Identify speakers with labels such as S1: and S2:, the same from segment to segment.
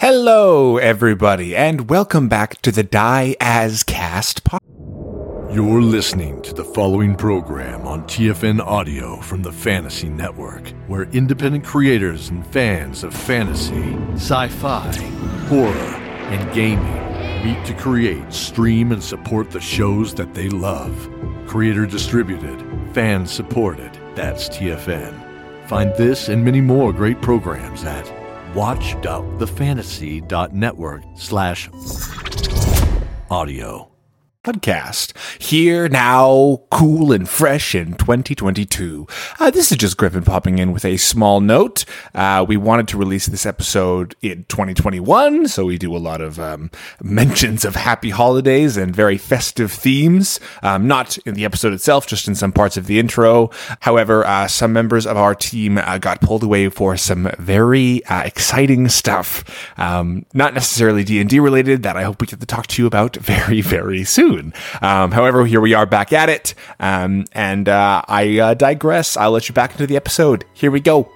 S1: Hello, everybody, and welcome back to the Die As Cast podcast.
S2: You're listening to the following program on TFN Audio from the Fantasy Network, where independent creators and fans of fantasy, sci fi, horror, and gaming meet to create, stream, and support the shows that they love. Creator distributed, fan supported, that's TFN. Find this and many more great programs at watch.thefantasy.network slash audio.
S1: podcast here now cool and fresh in 2022 uh, this is just griffin popping in with a small note uh, we wanted to release this episode in 2021 so we do a lot of um, mentions of happy holidays and very festive themes um, not in the episode itself just in some parts of the intro however uh, some members of our team uh, got pulled away for some very uh, exciting stuff um, not necessarily d&d related that i hope we get to talk to you about very very soon um, however here we are back at it um, and uh, i uh, digress i'll let you back into the episode here we go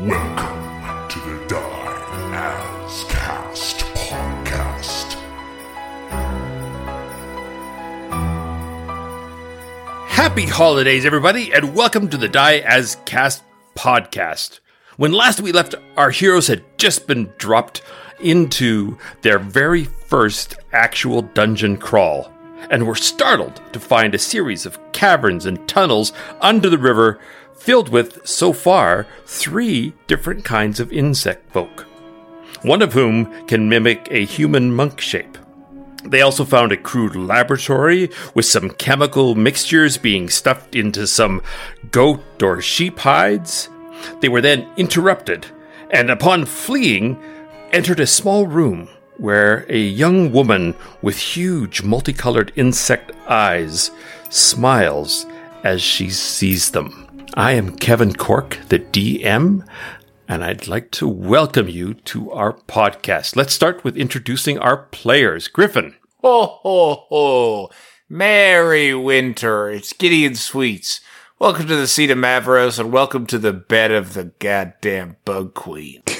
S3: Welcome to the Die As Cast podcast.
S4: Happy holidays, everybody, and welcome to the Die As Cast podcast. When last we left, our heroes had just been dropped into their very first actual dungeon crawl, and were startled to find a series of caverns and tunnels under the river filled with, so far, three different kinds of insect folk, one of whom can mimic a human monk shape. They also found a crude laboratory with some chemical mixtures being stuffed into some goat or sheep hides. They were then interrupted, and upon fleeing, entered a small room where a young woman with huge multicolored insect eyes smiles as she sees them. I am Kevin Cork, the DM, and I'd like to welcome you to our podcast. Let's start with introducing our players. Griffin.
S5: Ho ho ho! Merry winter! It's Gideon Sweets. Welcome to the seat of Mavros, and welcome to the bed of the goddamn bug queen.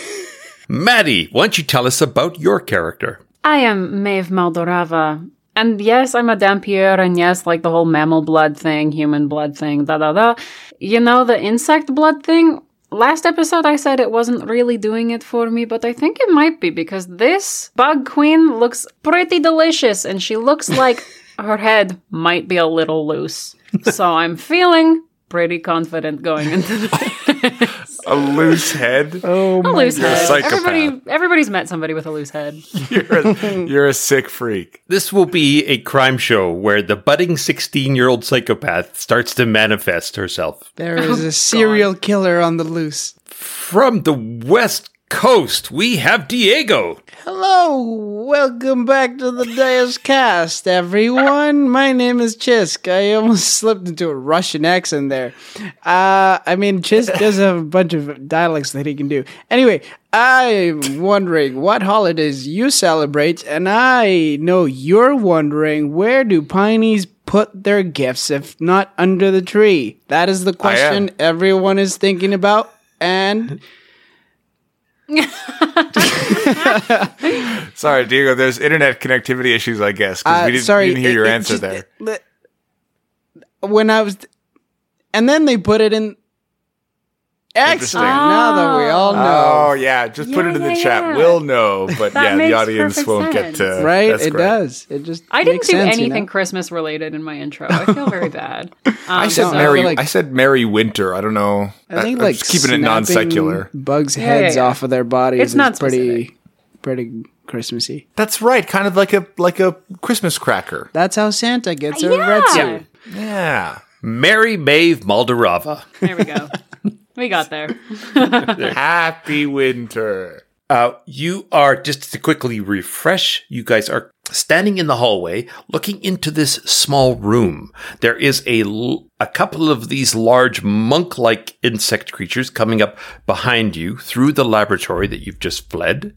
S4: Maddie, why don't you tell us about your character?
S6: I am Maeve Maldorava. And yes, I'm a Dampier, and yes, like the whole mammal blood thing, human blood thing, da da da. You know, the insect blood thing? Last episode I said it wasn't really doing it for me, but I think it might be because this bug queen looks pretty delicious, and she looks like her head might be a little loose. So I'm feeling pretty confident going into this.
S5: A loose head?
S6: a loose head.
S5: psychopath.
S6: Everybody, everybody's met somebody with a loose head.
S5: You're a, you're a sick freak.
S4: This will be a crime show where the budding 16 year old psychopath starts to manifest herself.
S7: There is a serial killer on the loose.
S4: From the West Coast, we have Diego.
S7: Hello, welcome back to the Deus Cast, everyone. My name is Chisk. I almost slipped into a Russian accent there. Uh, I mean, Chisk does have a bunch of dialects that he can do. Anyway, I'm wondering what holidays you celebrate, and I know you're wondering where do pineys put their gifts if not under the tree? That is the question everyone is thinking about, and
S5: Sorry, Diego, there's internet connectivity issues, I guess, because
S7: Uh,
S5: we didn't,
S7: sorry,
S5: didn't hear
S7: it-
S5: your
S7: it
S5: answer
S7: just-
S5: there.
S7: it- the- when I was, and then they put it in.
S5: Interesting.
S7: Excellent. Now that we all
S5: Oh,
S7: know,
S5: yeah, just put
S6: Yeah,
S5: it in the
S6: yeah,
S5: chat.
S6: yeah.
S5: We'll know, but
S6: That
S5: yeah, the
S6: makes
S5: audience
S6: perfect
S5: won't get
S6: sense.
S5: to.
S7: right?
S5: that's
S7: It
S5: great.
S7: does. It just.
S6: I didn't
S7: makes
S6: do
S7: sense, you
S6: anything
S7: know?
S6: Christmas related in my intro. I feel very bad. Um,
S5: I said
S7: No, I
S5: merry.
S7: feel like-
S5: I said merry winter. I don't know.
S7: I think
S5: I'm
S7: like
S5: just keeping it non secular.
S7: snapping Bugs
S6: yeah,
S7: heads
S6: yeah.
S7: off of their bodies.
S6: It's not
S7: is pretty, pretty Christmassy.
S5: That's right, kind of like a like a Christmas cracker.
S7: That's how Santa gets a
S6: yeah.
S7: red suit.
S5: Yeah.
S4: Mary Maeve Maldarava.
S6: There we go. we got there.
S5: Happy winter.
S4: Uh, you are, just to quickly refresh, you guys are standing in the hallway looking into this small room. There is a, l- a couple of these large monk like insect creatures coming up behind you through the laboratory that you've just fled.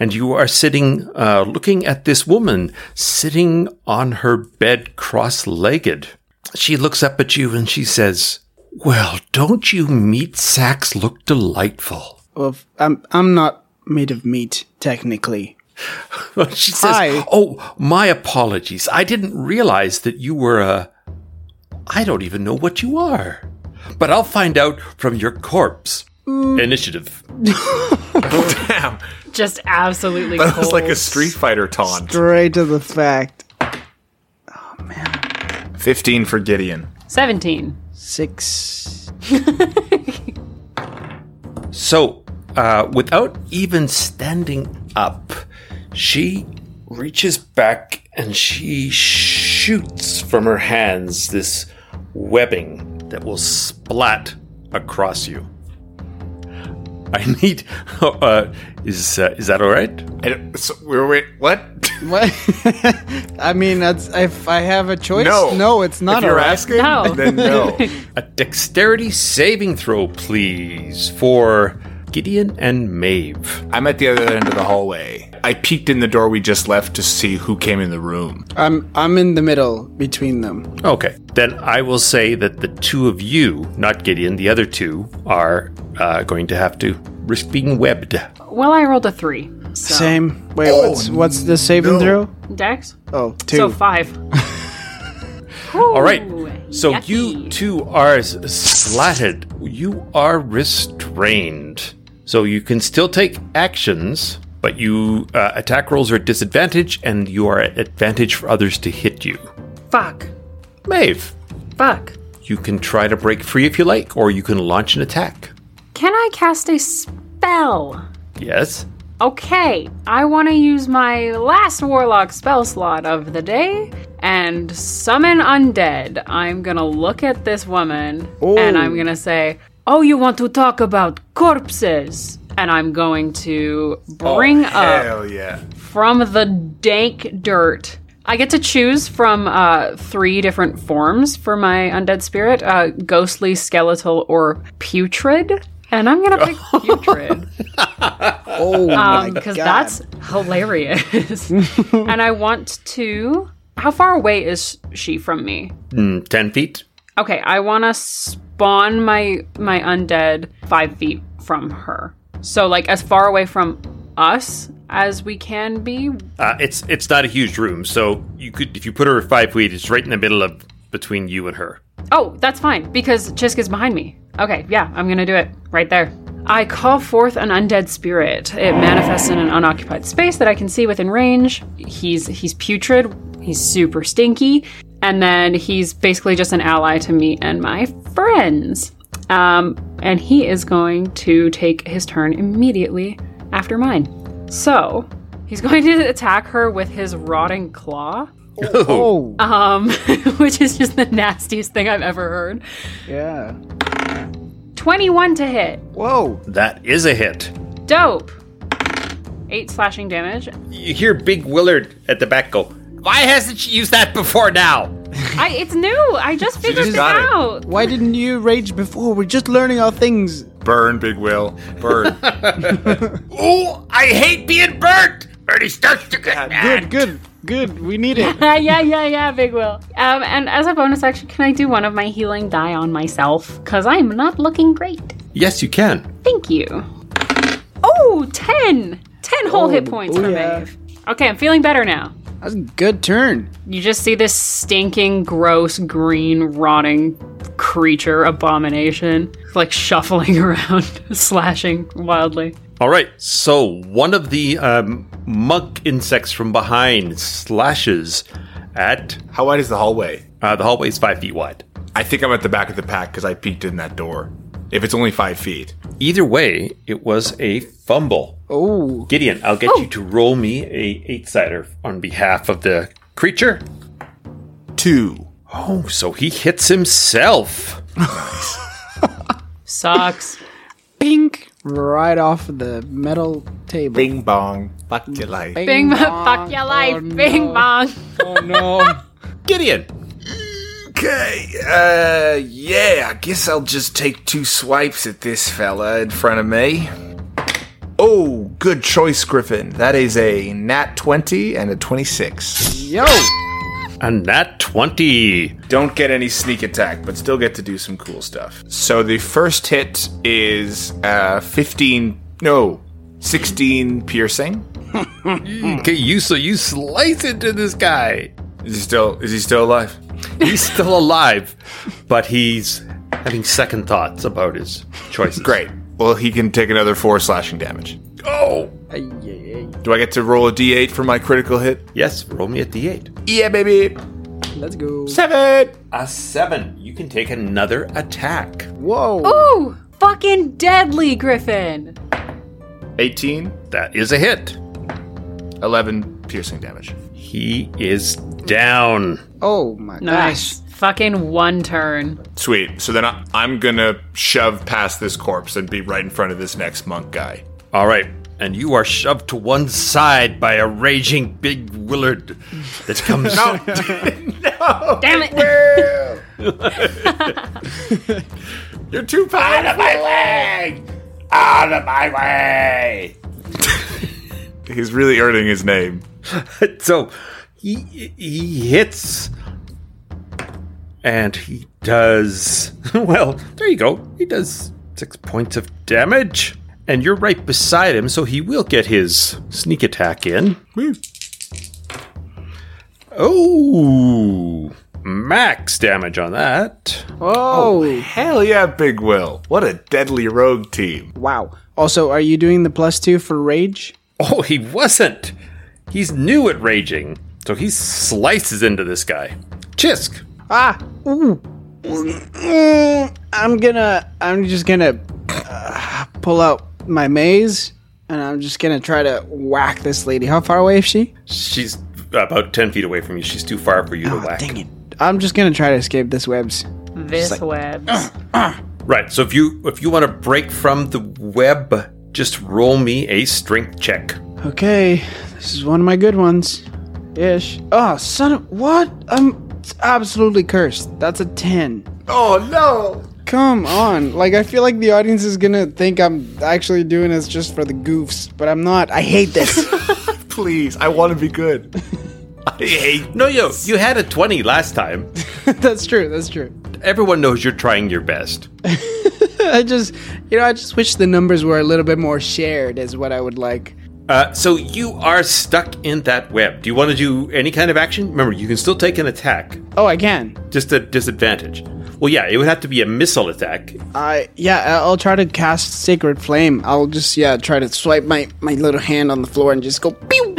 S4: And you are sitting, uh, looking at this woman sitting on her bed cross legged. She looks up at you and she says, Well, don't you meat sacks look delightful?
S7: Well, f- I'm I'm not made of meat technically.
S4: she says,
S7: Hi.
S4: "Oh, my apologies. I didn't realize that you were a I don't even know what you are. But I'll find out from your corpse." Initiative.
S1: Damn.
S6: Just absolutely
S1: That was like a
S6: cold.
S1: Street Fighter taunt.
S7: Straight to the fact.
S1: 15 for Gideon.
S6: 17.
S7: Six.
S4: So, uh, without even standing up, she reaches back and she shoots from her hands this webbing that will splat across you. I need. Uh, is uh, is that all right?
S1: I don't- so we're, wait, what?
S7: What? I mean, that's if I have a choice.
S1: No.
S7: it's not.
S1: if you're
S7: alright.
S1: asking,
S6: No.
S1: then no.
S4: A dexterity saving throw, please, for Gideon and Maeve.
S1: I'm at the other end of the hallway. I peeked in the door we just left to see who came in the room.
S7: I'm I'm in the middle between them.
S4: Okay. Then I will say that the two of you, not Gideon, the other two, are uh, going to have to risk being webbed.
S6: Well, I rolled a 3. So.
S7: Same. Wait, what's what's the saving throw?
S6: Dex?
S7: Oh, two.
S6: So 5.
S4: All right. So
S6: yucky.
S4: you two are s- splatted. You are restrained. So you can still take actions, but you uh, attack rolls are at disadvantage, and you are at advantage for others to hit you.
S6: Fuck.
S4: Maeve.
S6: Fuck.
S4: You can try to break free if you like, or you can launch an attack.
S6: Can I cast a spell?
S4: Yes.
S6: Okay, I want to use my last warlock spell slot of the day and summon undead. I'm gonna look at this woman and I'm gonna say, "Oh, you want to talk about corpses?" And I'm going to bring up
S1: Oh, Hell yeah.
S6: from the dank dirt. I get to choose from uh, three different forms for my undead spirit: uh, ghostly, skeletal, or putrid. And I'm gonna pick putrid
S7: Oh my
S6: because
S7: God.
S6: Um, that's hilarious. and I want to. How far away is she from me?
S4: Mm, Ten feet.
S6: Okay, I want to spawn my my undead five feet from her. So like as far away from us as we can be.
S4: Uh, it's it's not a huge room, so you could if you put her at five feet, it's right in the middle of between you and her.
S6: Oh, that's fine because Chisk is behind me. Okay, yeah, I'm gonna do it right there. I call forth an undead spirit. It manifests in an unoccupied space that I can see within range. He's he's putrid. He's super stinky, and then he's basically just an ally to me and my friends. Um, and he is going to take his turn immediately after mine. So he's going to attack her with his rotting claw
S7: Oh
S6: um, which is just the nastiest thing I've ever heard.
S7: yeah.
S6: 21 to hit.
S7: Whoa.
S4: That is a hit.
S6: Dope. Eight slashing damage.
S4: You hear Big Willard at the back go. Why hasn't she used that before now?
S6: I, it's new. I just figured
S1: just
S6: it
S1: got it.
S6: out.
S7: Why didn't you rage before? We're just learning our things.
S1: Burn, Big Will. Burn.
S4: Oh, I hate being burnt. Ernie starts to get mad.
S7: Good, good, good. We need it.
S6: Yeah, yeah, yeah, yeah, Big Will. Um, and as a bonus action, can I do one of my healing die on myself? Because I'm not looking great.
S4: Yes, you can.
S6: Thank you. Oh, 10. 10 whole hit
S1: Oh,
S6: points for
S7: booyah.
S6: Maeve. Okay, I'm feeling better now.
S7: That's a good turn.
S6: You just see this stinking, gross, green, rotting creature abomination, like shuffling around, slashing wildly.
S4: All right. So one of the um, monk insects from behind slashes at
S1: How wide is the hallway?
S4: Uh, the hallway is five feet wide.
S1: I think I'm at the back of the pack because I peeked in that door. If it's only five feet.
S4: Either way, it was a fumble.
S7: Oh,
S4: Gideon, I'll get you to roll me a eight sider on behalf of the creature.
S1: Two.
S4: Oh, so he hits himself.
S6: Sucks.
S7: pink. right off the metal table.
S5: Bing bong. Fuck your life.
S6: Bing, bong, fuck
S7: bong.
S6: your life.
S7: Oh,
S6: Bing
S7: no.
S6: bong.
S7: Oh no.
S4: Gideon.
S5: Okay, uh, yeah, I guess I'll just take two swipes at this fella in front of me. Oh, good choice, Griffin. That is a nat 20 and a 26.
S7: Yo.
S4: And that 20.
S5: Don't get any sneak attack, but still get to do some cool stuff. So the first hit is uh, 15, no, 16 piercing.
S4: Okay, you so you slice into this guy.
S5: Is he still, is he still alive?
S4: He's still alive, but he's having second thoughts about his choices.
S5: Great. Well, he can take another four slashing damage.
S4: Oh!
S5: Do I get to roll a d8 for my critical hit?
S4: Yes, roll me a d8.
S5: Yeah, baby.
S7: Let's go.
S5: Seven.
S4: A 7. You can take another attack.
S7: Whoa.
S6: Ooh, fucking deadly, Griffin.
S5: 18.
S4: That is a hit.
S5: 11 piercing damage.
S4: He is down.
S7: Oh my gosh.
S6: Nice. Fucking one turn.
S5: Sweet. So then I, I'm gonna shove past this corpse and be right in front of this next monk guy.
S4: All right. And you are shoved to one side by a raging big Willard that comes.
S6: Damn it.
S4: You're too powerful. Out of my leg! Out of my way!
S5: He's really earning his name.
S4: so he he hits and he does well there you go he does six points of damage and you're right beside him so he will get his sneak attack in oh max damage on that
S7: Oh.
S5: Hell yeah, Big Will. What a deadly rogue team.
S7: Wow. Also, are you doing the plus two for rage?
S4: oh he wasn't he's new at raging so he slices into this guy chisk
S7: Ah. Ooh. Mm, I'm gonna. I'm just gonna uh, pull out my maze, and I'm just gonna try to whack this lady. How far away is she?
S4: she's about 10 feet away from you she's too far for you to whack
S7: Dang it. I'm just gonna try to escape this webs.
S6: This web.
S4: Right. So if you if you want to break from the web, just roll me a strength check.
S7: Okay, this is one of my good ones. Ish. Oh, son of what? I'm absolutely cursed. That's a 10.
S5: Oh no!
S7: Come on. Like I feel like the audience is going to think I'm actually doing this just for the goofs, but I'm not. I hate this.
S5: Please, I want to be good. I hate.
S4: No, yo, you had a twenty last time.
S7: that's true. That's true.
S4: Everyone knows you're trying your best.
S7: I just, you know, I just wish the numbers were a little bit more shared is what I would like.
S4: Uh, so you are stuck in that web. Do you want to do any kind of action? Remember, you can still take an attack,
S7: Oh, I can.
S4: just a disadvantage. Well, yeah, it would have to be a missile attack.
S7: I yeah, I- I'll try to cast Sacred Flame. I'll just yeah, try to swipe my my little hand on the floor and just go pew.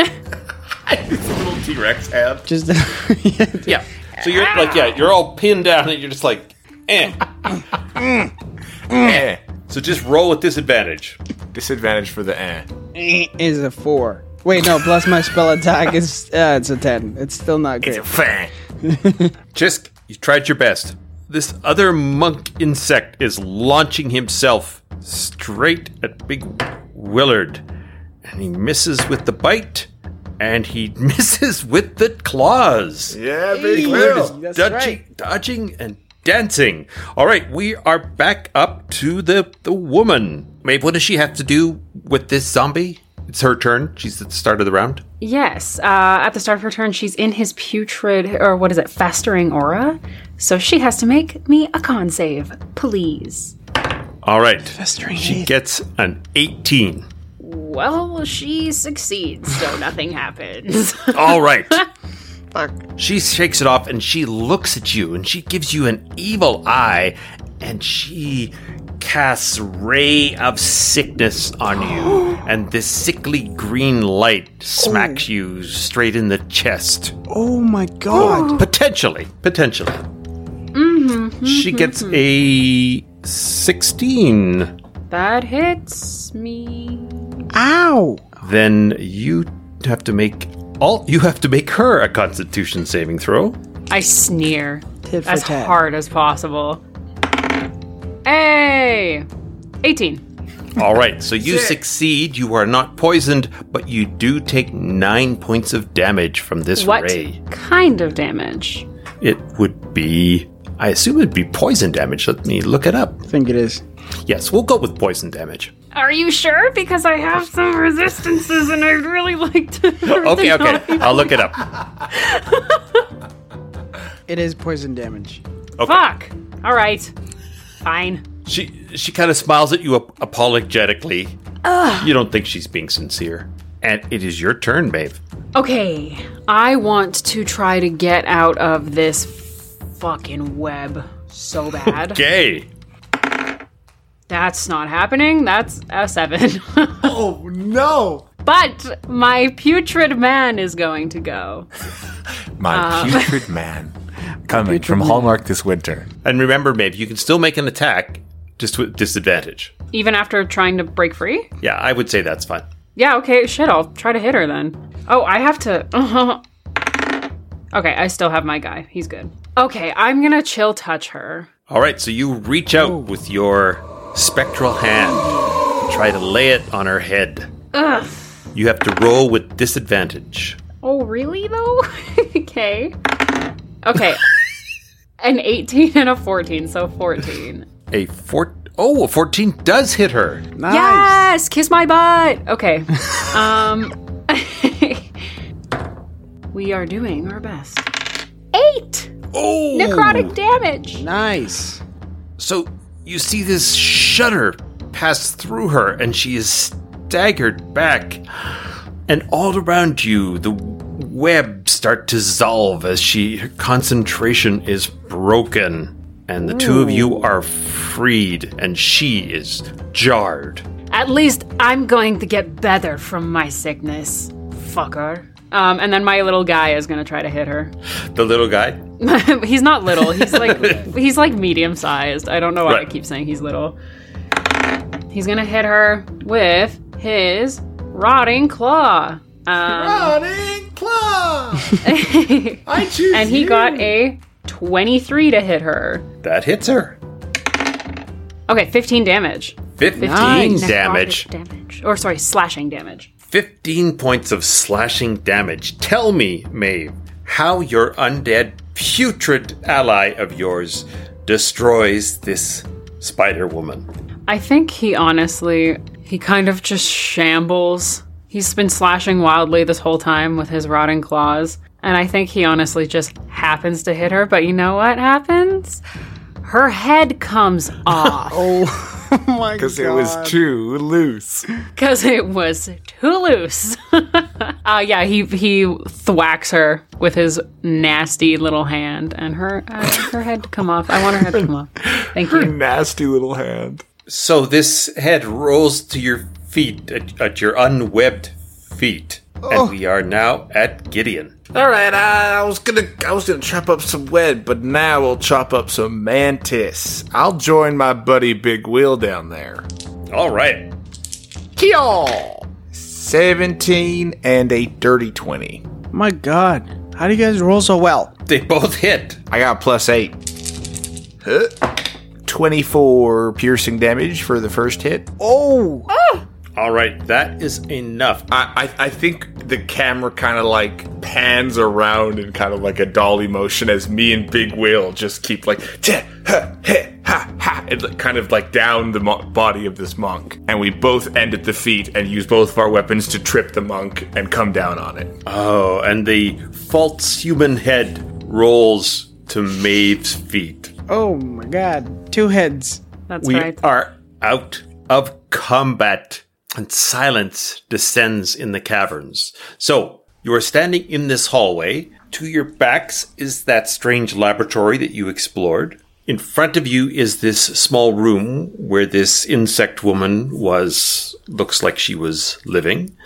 S4: Little T Rex have.
S7: Just
S4: Yeah. So you're like, yeah, you're all pinned down, and you're just like, eh. Mm.
S5: Eh.
S4: So just roll at disadvantage.
S5: Disadvantage for the eh.
S7: is a four. Wait, no, plus my spell attack is uh, it's a ten. It's still not great.
S5: Fan.
S4: Chisk, you tried your best. This other monk insect is launching himself straight at Big Willard. And he misses with the bite, and he misses with the claws.
S5: Yeah, Big
S4: He's
S5: Will.
S7: that's
S4: dodging,
S7: right.
S4: dodging and dancing. All right, we are back up to the, the woman. Mabe, what does she have to do with this zombie? It's her turn. She's at the start of the round.
S6: Yes. Uh, at the start of her turn, she's in his putrid, or what is it, festering aura. So she has to make me a con save, please.
S4: All right. She gets an 18.
S6: Well, she succeeds, so nothing happens.
S4: All right. She shakes it off and she looks at you and she gives you an evil eye and she casts ray of sickness on you and this sickly green light smacks you straight in the chest
S7: Oh my god.
S4: potentially potentially she gets a 16
S6: that hits me.
S7: Ow.
S4: then you have to make all you have to make her a constitution saving throw
S6: I sneer
S7: Tit for
S6: as
S7: tat.
S6: hard as possible. Hey! 18.
S4: All right, so you succeed. You are not poisoned, but you do take nine points of damage from this
S6: What
S4: ray.
S6: kind of damage?
S4: It would be. I assume it'd be poison damage. Let me look it up.
S7: I think it is.
S4: Yes, we'll go with poison damage.
S6: Are you sure? Because I have some resistances and I'd really like to.
S4: Okay, okay. I'll look it up.
S7: It is poison damage.
S6: Fuck. All right. Fine.
S4: She she kind of smiles at you ap- apologetically. You don't think she's being sincere. And it is your turn, Maeve.
S6: Okay, I want to try to get out of this fucking web so bad.
S4: Okay.
S6: That's not happening. That's a seven.
S7: Oh no!
S6: but my putrid man is going to go.
S1: My putrid man. Coming from Hallmark this winter.
S4: And remember, Maeve, you can still make an attack, just with disadvantage.
S6: Even after trying to break free?
S4: Yeah, I would say that's fine.
S6: Yeah, okay, shit, I'll try to hit her then. Oh, I have to. Okay, I still have my guy. He's good. Okay, I'm gonna chill touch her.
S4: All right, so you reach out with your spectral hand, and try to lay it on her head.
S6: Ugh.
S4: You have to roll with disadvantage.
S6: Oh, really though? okay. Okay. An 18 and a 14, so 14.
S4: A four oh, a 14 does hit her.
S7: Nice.
S6: Yes, kiss my butt. Okay. Um We are doing our best. 8
S4: Oh!
S6: necrotic damage.
S7: Nice.
S4: So you see this shudder pass through her, and she is staggered back. And all around you, the web start to dissolve as she her concentration is broken, and the two of you are freed, and she is jarred.
S6: At least I'm going to get better from my sickness, fucker. Um, and then my little guy is gonna try to hit her.
S4: The little guy.
S6: he's not little. He's like he's like medium sized. I don't know why I
S4: Right.
S6: keep saying he's little. He's gonna hit her with his rotting claw. Um,
S5: Running claw. I choose.
S6: and he got a twenty-three to hit her.
S4: That hits her.
S6: Okay, fifteen damage.
S4: 15
S6: Necrotic
S4: damage.
S6: Damage. Or sorry, slashing damage.
S4: 15 points of slashing damage. Tell me, Maeve, how your undead, putrid ally of yours destroys this spider woman.
S6: I think he honestly, he kind of just shambles. He's been slashing wildly this whole time with his rotting claws. And I think he honestly just happens to hit her. But you know what happens? Her head comes off
S7: Oh my god. Because
S1: It was too loose.
S6: because it was too loose. uh, yeah, he he thwacks her with his nasty little hand, and her uh, her head to come off. I want her head to come off. Thank you.
S1: Nasty little hand.
S4: So this head rolls to your feet, at, at your unwebbed feet. And we are now at Gideon.
S5: All right, I, I was gonna, I was gonna chop up some web, but now we'll chop up some mantis. I'll join my buddy Big Will down there.
S4: All right.
S5: Kyo. Seventeen and a dirty twenty.
S7: My god. How do you guys roll so well?
S4: They both hit.
S5: I got plus eight. Huh. Twenty-four piercing damage for the first hit.
S7: Oh.
S4: All right, that is enough.
S5: I, I, I think the camera kind of like pans around in kind of like a dolly motion as me and Big Will just keep like "Teh, huh, heh, ha ha and like, kind of like down the mo- body of this monk, and we both end at the feet and use both of our weapons to trip the monk and come down on it.
S4: Oh, and the false human head rolls to Maeve's feet.
S7: Oh my god. Two heads.
S6: That's
S4: We
S6: right.
S4: are out of combat, and silence descends in the caverns. So, you are standing in this hallway. To your backs is that strange laboratory that you explored. In front of you is this small room where this insect woman was, looks like she was living.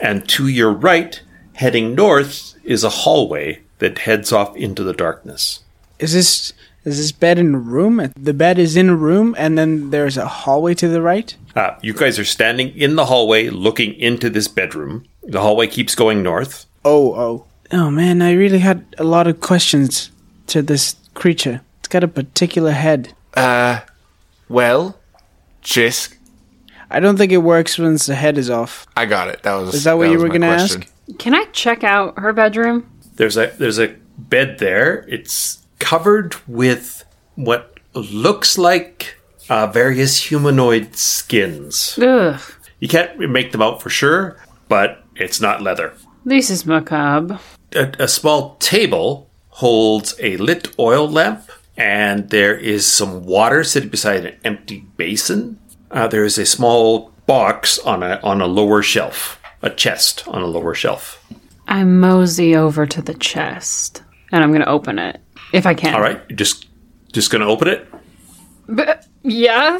S4: And to your right, heading north, is a hallway that heads off into the darkness.
S7: Is this is this bed in a room? The bed is in a room and then there's a hallway to the right?
S4: Uh, you guys are standing in the hallway looking into this bedroom. The hallway keeps going north.
S7: Oh oh. Oh man, I really had a lot of questions to this creature. It's got a particular head.
S5: Well, Jisk,
S7: I don't think it works once the head is off.
S5: I got it. That was.
S7: Is that what you
S5: was
S7: were
S5: my
S7: gonna
S5: question.
S7: ask?
S6: Can I check out her bedroom?
S4: There's a there's a bed there. It's covered with what looks like uh, various humanoid skins.
S6: Ugh,
S4: You can't make them out for sure, but it's not leather.
S6: this is macabre.
S4: a, a small table holds a lit oil lamp, and there is some water sitting beside an empty basin. Uh, there is a small box on a on a lower shelf, a chest on a lower shelf.
S6: I mosey over to the chest and I'm gonna open it if I can.
S4: All right, you just just gonna open it.
S6: Yeah.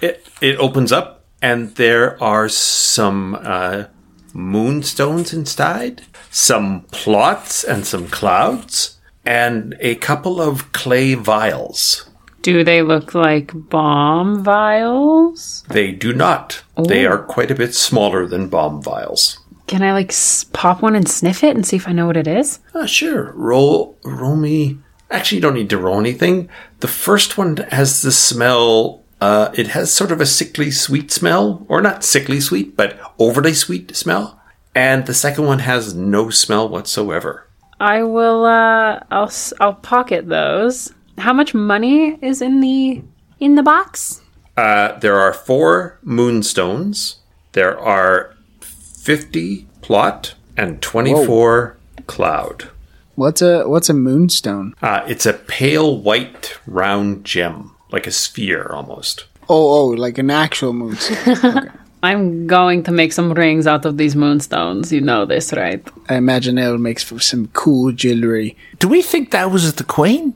S4: It it opens up, and there are some uh, moonstones inside, some plots, and some clouds, and a couple of clay vials.
S6: Do they look like bomb vials?
S4: They do not. They are quite a bit smaller than bomb vials.
S6: Can I like s- pop one and sniff it and see if I know what it is?
S4: Ah, sure. Roll, roll me. Actually, you don't need to roll anything. The first one has the smell. Uh, it has sort of a sickly sweet smell, or not sickly sweet, but overly sweet smell. And the second one has no smell whatsoever.
S6: I will. Uh, I'll. s- I'll pocket those. How much money is in the in the box?
S4: Uh, there are four moonstones. There are fifty plot and twenty-four cloud.
S7: What's a what's a moonstone?
S4: Uh, it's a pale white round gem, like a sphere almost.
S7: Oh, oh, like an actual moonstone.
S6: I'm going to make some rings out of these moonstones. You know this, right?
S7: I imagine it'll make for some cool jewelry.
S1: Do we think that was the queen?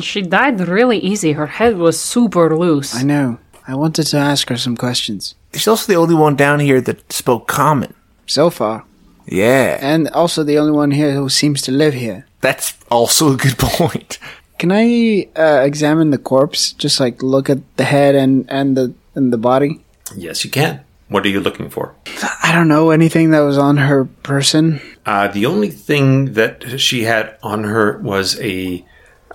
S6: She died really easy. Her head was super loose.
S7: I know. I wanted to ask her some questions.
S1: She's also the only one down here that spoke common.
S7: So far,
S1: Yeah.
S7: and also the only one here who seems to live here.
S1: That's also a good point.
S7: Can I uh, examine the corpse? Just like look at the head and and the and the body.
S4: Yes, you can. What are you looking for?
S7: I don't know anything that was on her person.
S4: Uh, the only thing that she had on her was a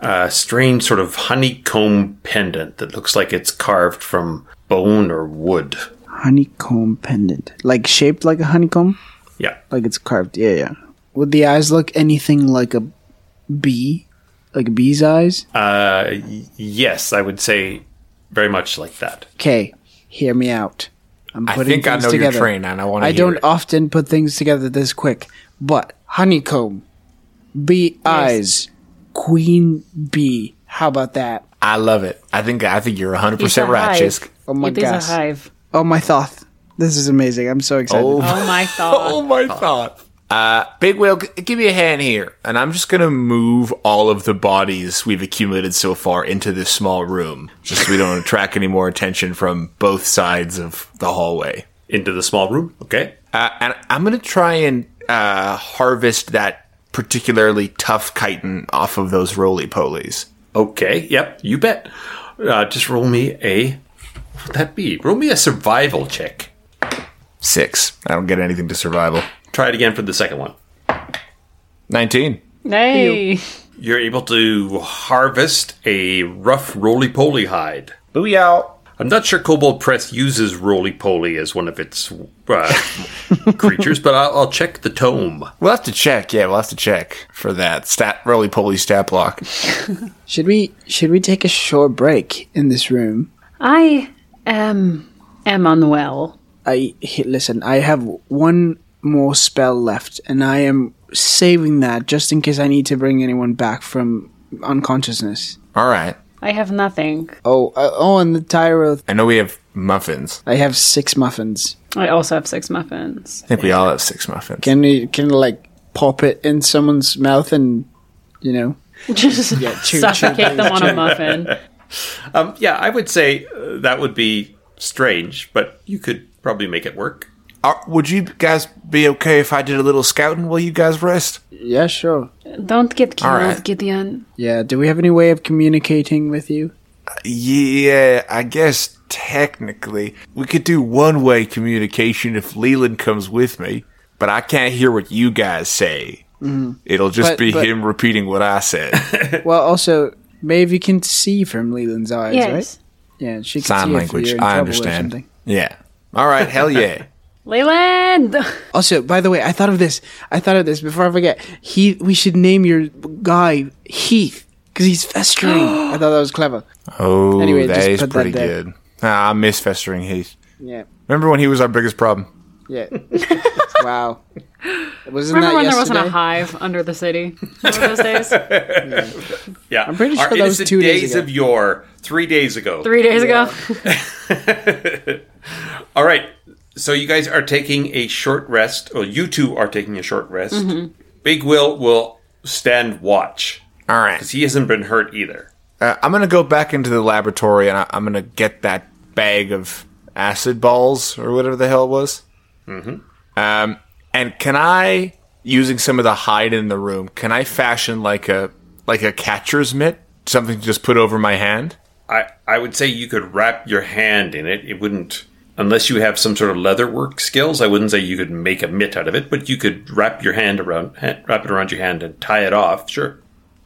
S4: uh, strange sort of honeycomb pendant that looks like it's carved from bone or wood.
S7: Honeycomb pendant, like shaped like a honeycomb,
S4: Yeah.
S7: like it's carved. Yeah, yeah. Would the eyes look anything like a bee, like a bee's eyes?
S4: Uh, y- yes, I would say very much like that.
S7: Okay, hear me out. I'm
S5: I
S7: putting
S5: think I
S7: things
S5: know your
S7: together.
S5: train, and I want to.
S7: I don't often put things together this quick, but honeycomb, bee eyes, queen bee. How about that?
S5: I love it. I think. I think you're 100
S6: It's a
S5: percent right,
S6: hive.
S5: Chisk.
S7: Oh my
S6: It is
S7: gosh!
S6: a hive.
S7: Oh my thoth! This is amazing. I'm so excited.
S6: Oh my
S5: Oh
S6: god.
S5: my thought. Uh, Big Whale, g- give me a hand here. And I'm just going to move all of the bodies we've accumulated so far into this small room, just so we don't attract any more attention from both sides of the hallway.
S4: Into the small room. Okay.
S5: Uh, and I'm going to try and uh, harvest that particularly tough chitin off of those roly polies.
S4: Okay. Yep. You bet. Uh, just roll me a. What would that be? Roll me a survival check.
S5: Six. I don't get anything to survival.
S4: Try it again for the second one.
S5: 19.
S6: Hey.
S4: You're able to harvest a rough roly poly hide.
S5: Booyah. out.
S4: I'm not sure Kobold Press uses roly poly as one of its uh, creatures, but I'll, I'll check the tome.
S5: We'll have to check. Yeah, we'll have to check for that stat roly poly stat block.
S7: Should we should we take a short break in this room?
S6: I am am unwell.
S7: I he- listen. I have one more spell left, and I am saving that just in case I need to bring anyone back from unconsciousness.
S5: All right.
S6: I have nothing.
S7: Oh, uh, oh, and the Tyro.
S5: I know we have muffins.
S7: I have six muffins.
S6: I also have six muffins.
S5: I think we all have six muffins.
S7: Can we can we, like pop it in someone's mouth and you know?
S6: Just
S7: chew-
S6: suffocate them on a muffin.
S4: Um, yeah, I would say uh, that would be strange, but you could probably make it work.
S1: Are, Uh, would you guys be okay if I did a little scouting while you guys rest?
S7: Yeah, sure.
S6: Don't get killed,
S1: right.
S6: Gideon.
S7: Yeah. Do we have any way of communicating with you?
S1: Yeah, I guess technically we could do one-way communication if Leland comes with me, but I can't hear what you guys say. It'll just
S7: Mm-hmm. But-
S1: be
S7: but-
S1: him repeating what I said.
S7: Well, also maybe you can see from Leland's eyes,
S6: Yes.
S7: right? Yeah, she can
S5: Sign
S7: see If
S5: language.
S7: you're in
S5: I
S7: trouble or
S5: understand.
S7: something.
S5: Yeah. All right. Hell yeah.
S6: Leyland!
S7: Also, by the way, I thought of this. I thought of this before I forget. He, we should name your guy Heath because he's festering. I thought that was clever.
S5: Oh,
S7: Anyway,
S5: that
S7: just
S5: is
S7: put that
S5: pretty
S7: there.
S5: good. Ah, I miss festering Heath.
S7: Yeah,
S5: Remember when he was our biggest problem?
S7: yeah. wow. Wasn't
S6: Remember
S7: that
S6: when there
S7: yesterday?
S6: wasn't a hive under the city? Remember those days?
S4: Yeah, I'm
S7: pretty sure that was two days ago.
S4: of yore, three days ago.
S6: Three days ago?
S4: All right, so you guys are taking a short rest. Well, you two are taking a short rest.
S7: Mm-hmm.
S4: Big Will will stand watch
S5: All right.
S4: because he hasn't been hurt either.
S5: Uh, I'm gonna go back into the laboratory and I, I'm gonna get that bag of acid balls or whatever the hell it was. Mm-hmm. Um, and can I, using some of the hide in the room, can I fashion like a like a catcher's mitt, something to just put over my hand?
S4: I, I would say you could wrap your hand in it. It wouldn't, unless you have some sort of leather work skills. I wouldn't say you could make a mitt out of it, but you could wrap your hand around, ha- wrap it around your hand and tie it off. Sure.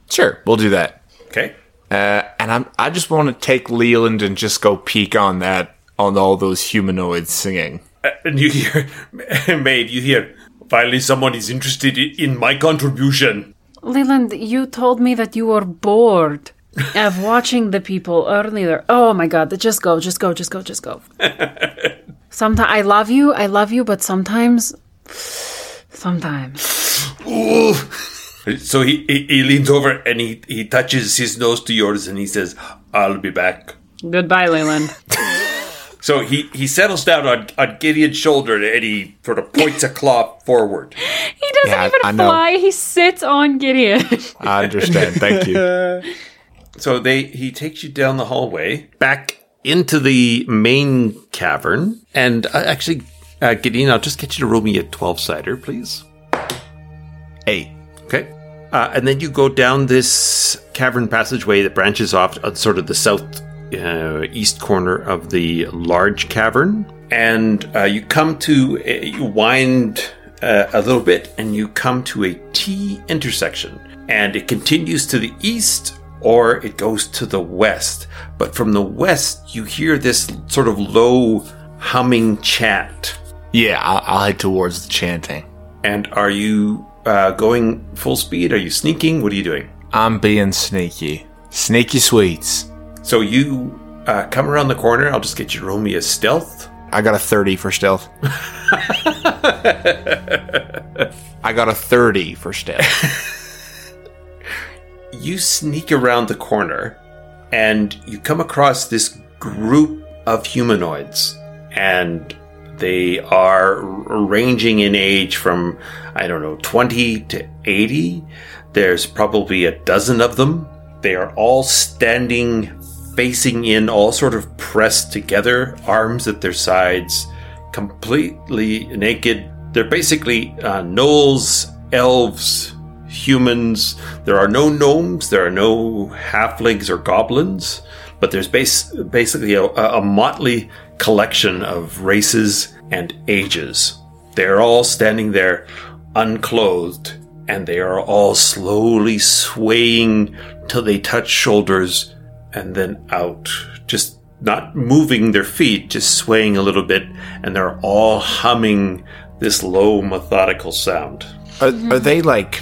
S5: Sure, we'll do that.
S4: Okay.
S5: Uh, and I'm I just want to take Leland and just go peek on that on all those humanoids singing.
S4: And you hear, maid, you hear, finally someone is interested i- in my contribution.
S6: Leland, you told me that you were bored of watching the people earlier. Oh my god, just go, just go, just go, just go. sometimes I love you, I love you, but sometimes. Sometimes.
S4: So he, he, he leans over and he, he touches his nose to yours and he says, I'll be back.
S6: Goodbye, Leland.
S4: So he, he settles down on, on Gideon's shoulder and he sort of points a claw forward.
S6: He doesn't
S5: Yeah, I-
S6: even
S5: I know.
S6: fly, he sits on Gideon.
S5: I understand. Thank you.
S4: So they he takes you down the hallway back into the main cavern, and uh, actually, uh, Gideon, I'll just get you to roll me a twelve cider, please.
S5: Eight.
S4: Okay. Uh, and then you go down this cavern passageway that branches off at sort of the south uh, east corner of the large cavern. And uh, you come to, a, you wind uh, a little bit and you come to a T intersection. And it continues to the east or it goes to the west. But from the west, you hear this sort of low humming chant.
S5: Yeah, I'll, I'll head towards the chanting.
S4: And are you uh, going full speed? Are you sneaking? What are you doing?
S5: I'm being sneaky. Sneaky sweets.
S4: So you uh, come around the corner. I'll just get you to roll me a stealth.
S5: I got a 30 for stealth. I got a 30 for stealth.
S4: You sneak around the corner, and you come across this group of humanoids, and they are r- ranging in age from I don't know twenty to eighty. There's probably a dozen of them. They are all standing, facing in, all sort of pressed together, arms at their sides. completely naked. They're basically uh, gnolls, elves, humans. There are no gnomes, there are no halflings or goblins, but there's bas- basically a, a motley collection of races and ages. They're all standing there unclothed, and they are all slowly swaying till they touch shoulders and then out, just not moving their feet, just swaying a little bit, and they're all humming this low, methodical sound.
S5: Are, are they like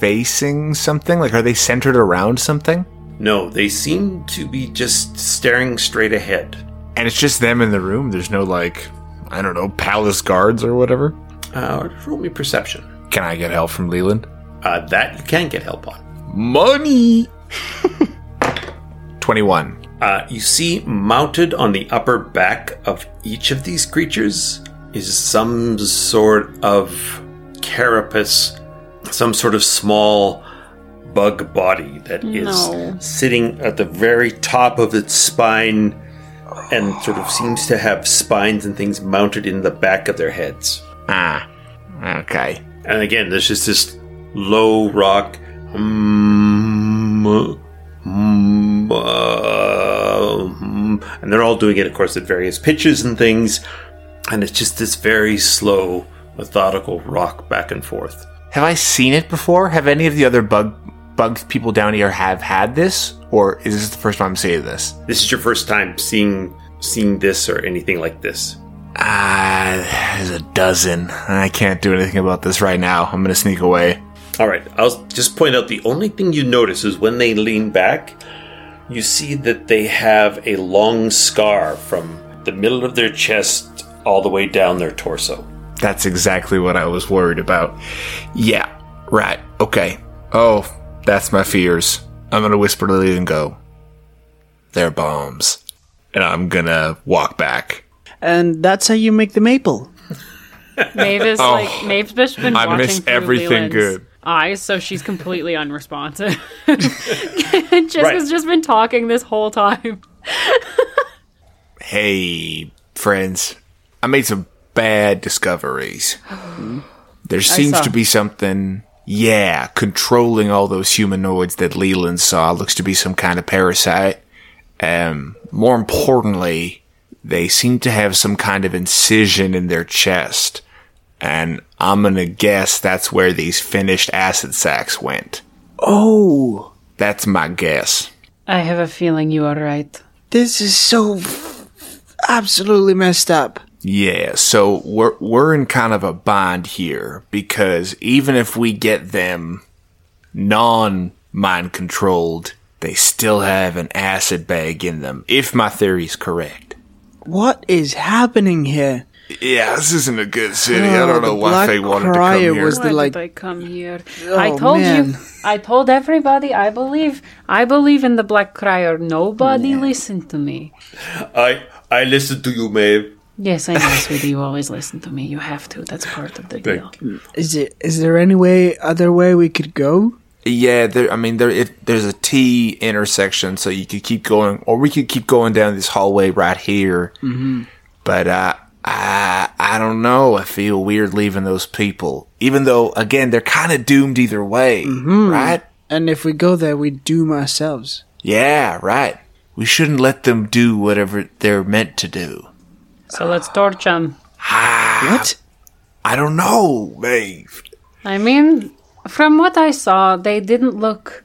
S5: facing something? Like, are they centered around something?
S4: No, they seem to be just staring straight ahead.
S5: And it's just them in the room. There's no like, I don't know, palace guards or whatever.
S4: Uh, roll me perception.
S5: Can I get help from Leland?
S4: Uh, that you can get help on.
S5: Money! 21.
S4: Uh, you see, mounted on the upper back of each of these creatures is some sort of carapace, some sort of small bug body that is
S6: No.
S4: sitting at the very top of its spine and sort of seems to have spines and things mounted in the back of their heads.
S5: Ah, okay.
S4: And again, there's just this low rock. mm, mm, uh, mm, and they're all doing it, of course, at various pitches and things. And it's just this very slow, methodical rock back and forth.
S5: Have I seen it before? Have any of the other bug bug people down here have had this, or is this the first time I'm seeing this?
S8: This is your first time seeing seeing this or anything like this.
S5: Ah, there's a dozen. I can't do anything about this right now. I'm gonna sneak away.
S8: All right, I'll just point out the only thing you notice is when they lean back, you see that they have a long scar from the middle of their chest all the way down their torso.
S5: That's exactly what I was worried about. Yeah, right. Okay. Oh, that's my fears. I'm gonna whisper to Lee and go. They're bombs. And I'm gonna walk back.
S7: And that's how you make the maple.
S6: Maeve is like Maeve's just been
S1: Oh. I
S6: watching
S1: miss
S6: through
S1: everything
S6: Leland's
S1: good.
S6: eyes, so she's completely unresponsive. Jessica's just been talking this whole time.
S5: Hey, friends. I made some bad discoveries. There seems
S6: saw.
S5: to be something, yeah, controlling all those humanoids that Leland saw. Looks to be some kind of parasite. Um, more importantly, they seem to have some kind of incision in their chest. And I'm gonna guess that's where these finished acid sacs went.
S7: Oh,
S5: That's my guess.
S6: I have a feeling you are right.
S7: this is so f- absolutely messed up.
S5: Yeah, so we're we're in kind of a bind here because even if we get them non mind controlled, they still have an acid bag in them, if my theory's correct.
S7: What is happening here?
S5: Yeah, this isn't a good city.
S7: Oh, the Black Crier was
S6: Why
S7: the, like.
S6: did I come here?
S7: Oh,
S6: I told
S7: man.
S6: you. I told everybody. I believe. I believe in the Black Crier. Nobody listened to me.
S8: I I listen to you, Maeve.
S6: Yes, I know, sweetie. You always listen to me. You have to. That's part of the deal.
S7: Is it? Is there any way, other way we could go?
S5: Yeah, there, I mean, there it, there's a T intersection, so you could keep going, or we could keep going down this hallway right here. Mm-hmm. But uh, I, I don't know. I feel weird leaving those people, even though again they're kind of doomed either way, right?
S7: And if we go there, we doom ourselves.
S5: Yeah, right. We shouldn't let them do whatever they're meant to do.
S6: So let's torch them. Ah.
S7: What?
S5: I don't know, Maeve.
S6: I mean, from what I saw, they didn't look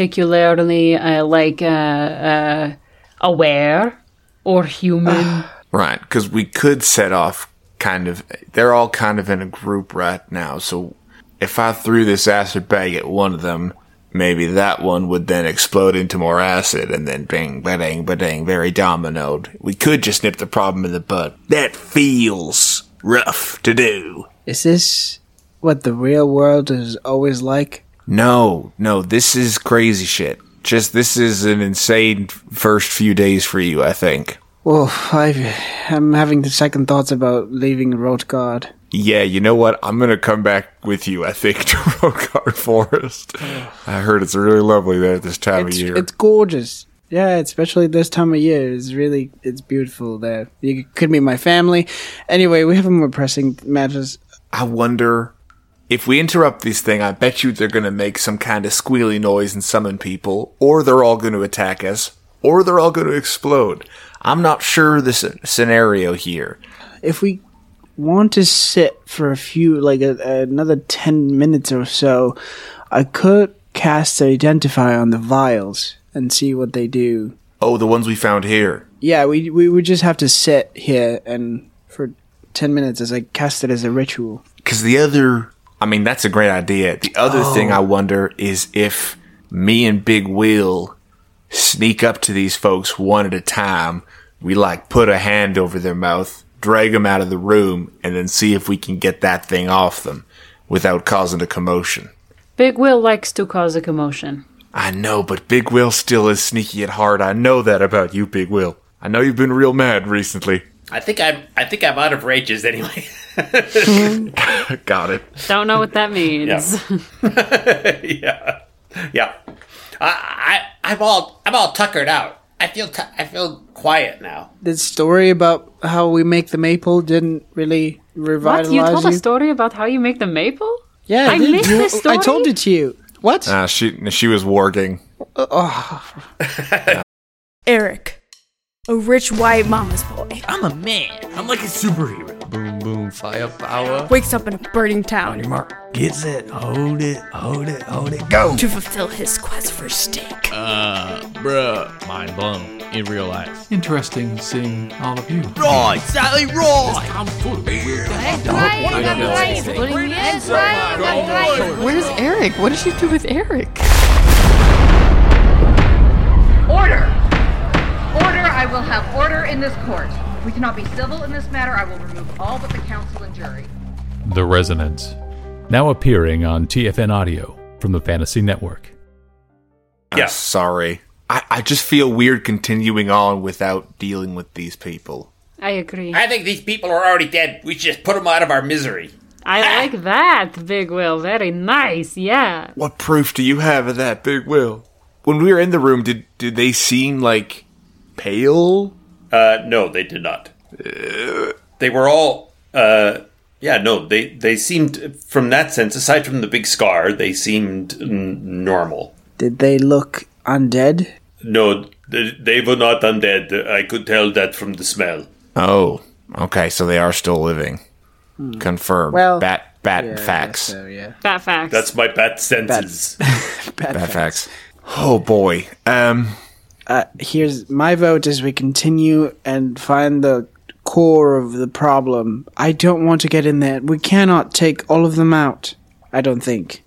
S6: particularly uh, like uh, uh, aware or human.
S5: Right, because we could set off kind of. They're all kind of in a group right now, so if I threw this acid bag at one of them, maybe that one would then explode into more acid, and then bang, ba-dang, ba-dang, very dominoed. We could just nip the problem in the bud. That feels rough to do.
S7: Is this what the real world is always like?
S5: No, no, this is crazy shit. Just this is an insane first few days for you, I think.
S7: Well, I, I'm having the second thoughts about leaving Road Guard.
S5: Yeah, you know what? I'm gonna come back with you. I think to Rokar Forest. I heard it's really lovely there this time
S7: It's,
S5: of year.
S7: it's gorgeous. Yeah, especially this time of year. It's really, it's beautiful there. You could meet my family. Anyway, we have more pressing matters.
S5: I wonder if we interrupt this thing. I bet you they're gonna make some kind of squealy noise and summon people, or they're all gonna attack us, or they're all gonna explode. I'm not sure the s- scenario here.
S7: If we want to sit for a few, like a, another 10 minutes or so, I could cast Identify on the vials and see what they do.
S5: Oh, the ones we found here.
S7: Yeah, we, we would just have to sit here and for 10 minutes as I cast it as a ritual.
S5: Because the other, I mean, that's a great idea. The other thing I wonder is if me and Big Will sneak up to these folks one at a time. We like put a hand over their mouth, drag them out of the room, and then see if we can get that thing off them without causing a commotion.
S6: Big Will likes to cause a commotion.
S5: I know, but Big Will still is sneaky at heart. I know that about you, Big Will. I know you've been real mad recently.
S9: I think I'm I think I'm out of rages anyway.
S5: Got it.
S6: Don't know what that means.
S9: yeah, yeah. I, I I'm all I'm all tuckered out. I feel tu- I feel quiet now.
S7: The story about how we make the maple didn't really
S6: What?
S7: revitalize
S6: You told a story about how you make the maple?
S7: Yeah,
S6: I
S7: didn't
S6: missed
S7: you?
S6: this
S7: I told
S6: story?
S7: it to you. What?
S4: Uh,
S5: Ah, she she was warging.
S10: Eric, a rich white mama's boy.
S9: I'm a man. I'm like a superhero.
S11: boom, firepower.
S9: Wakes up in a burning town
S11: Your mark, gets it, hold it, hold it, hold it, go.
S9: to fulfill his quest for steak.
S11: Uh, bruh, mind blown in real life. Interesting seeing all of you.
S12: Right, Sally, right.
S4: uh,
S9: Where's Eric? What did she do with Eric?
S13: Order! Order! I will have order in this court. If we cannot be civil in this matter, I will remove all but the counsel and jury.
S1: The Resonance. Now appearing on TFN Audio from the Fantasy Network.
S5: Yeah. sorry. I, I just feel weird continuing on without dealing with these people.
S6: I agree.
S12: I think these people are already dead. We should just put them out of our misery.
S6: I like that, Big Will. Very nice. Yeah.
S5: What proof do you have of that, Big Will? When we were in the room, did did they seem like pale?
S4: Uh, no, they did not. They were all. Uh, yeah, no, they they seemed from that sense. Aside from the big scar, they seemed n- normal.
S7: Did they look undead?
S4: No, they, they were not undead. I could tell that from the smell.
S5: Oh, okay, so they are still living. Confirmed.
S4: Hmm. Well,
S5: bat bat
S4: yeah, I guess
S5: facts.
S4: so,
S7: yeah.
S6: Fat facts.
S4: That's my bat senses.
S5: Bat, facts. Oh boy. Um
S7: uh, here's my vote as we continue and find the core of the problem. I don't want to get in there. We cannot take all of them out. I don't think.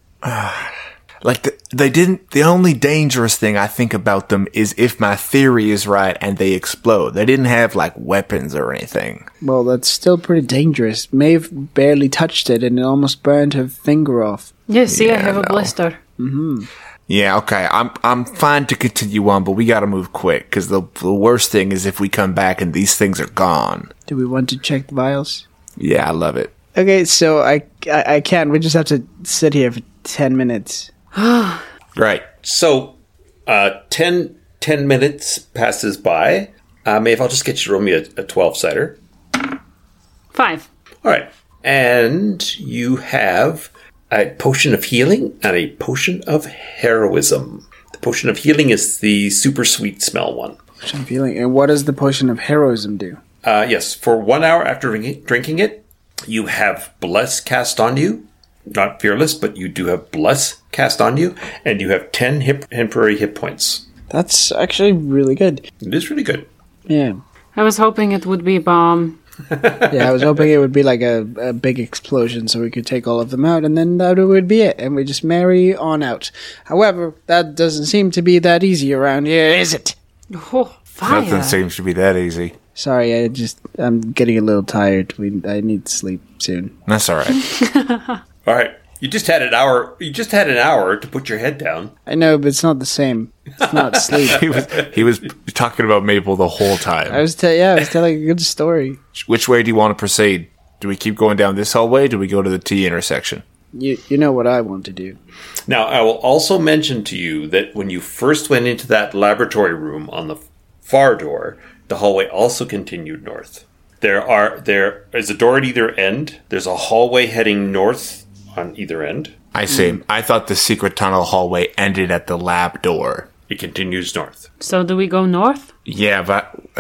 S5: Like the, they didn't. The only dangerous thing I think about them is if my theory is right and they explode. They didn't have like weapons or anything.
S7: Well, that's still pretty dangerous. Maeve barely touched it and it almost burned her finger off.
S6: Yeah, see, I have a blister.
S7: Mm-hmm.
S5: Yeah, okay. I'm I'm fine to continue on, but we got to move quick because the the worst thing is if we come back and these things are gone.
S7: Do we want to check the vials?
S5: Yeah, I love it.
S7: Okay, so I, I, I can't. We just have to sit here for 10 minutes.
S5: Right.
S4: So, uh, 10, 10 minutes passes by. Uh, Maeve, I'll just get you to roll me a, a 12 sider.
S6: Five.
S4: All right. And you have a potion of healing and a potion of heroism. The potion of healing is the super sweet smell one.
S7: Potion of healing. And what does the potion of heroism do?
S4: Uh, yes, for one hour after drinking, drinking it, you have Bless cast on you. Not fearless, but you do have Bless cast on you, and you have 10 hip, temporary hit points.
S7: That's actually really good.
S4: It is really good.
S7: Yeah.
S6: I was hoping it would be a bomb.
S7: yeah, I was hoping it would be like a, a big explosion so we could take all of them out and then that would be it and we just marry on out. However, that doesn't seem to be that easy around here, is it?
S6: Oh, fire.
S5: Nothing seems to be that easy.
S7: Sorry, I just I'm getting a little tired. We I need sleep soon.
S5: That's all right.
S4: All right. You just had an hour. You just had an hour to put your head down.
S7: I know, but it's not the same. It's not sleep.
S5: he was he was talking about Maple the whole time.
S7: I was tell yeah, I was telling a good story.
S5: Which way do you want to proceed? Do we keep going down this hallway? Do we go to the T intersection?
S7: You you know what I want to do.
S4: Now, I will also mention to you that when you first went into that laboratory room on the far door, the hallway also continued north. There are there is a door at either end. There's a hallway heading north on either end.
S7: Mm.
S5: I see. I thought the secret tunnel hallway ended at the lab door.
S4: It continues north.
S6: So do we go north?
S5: Yeah, but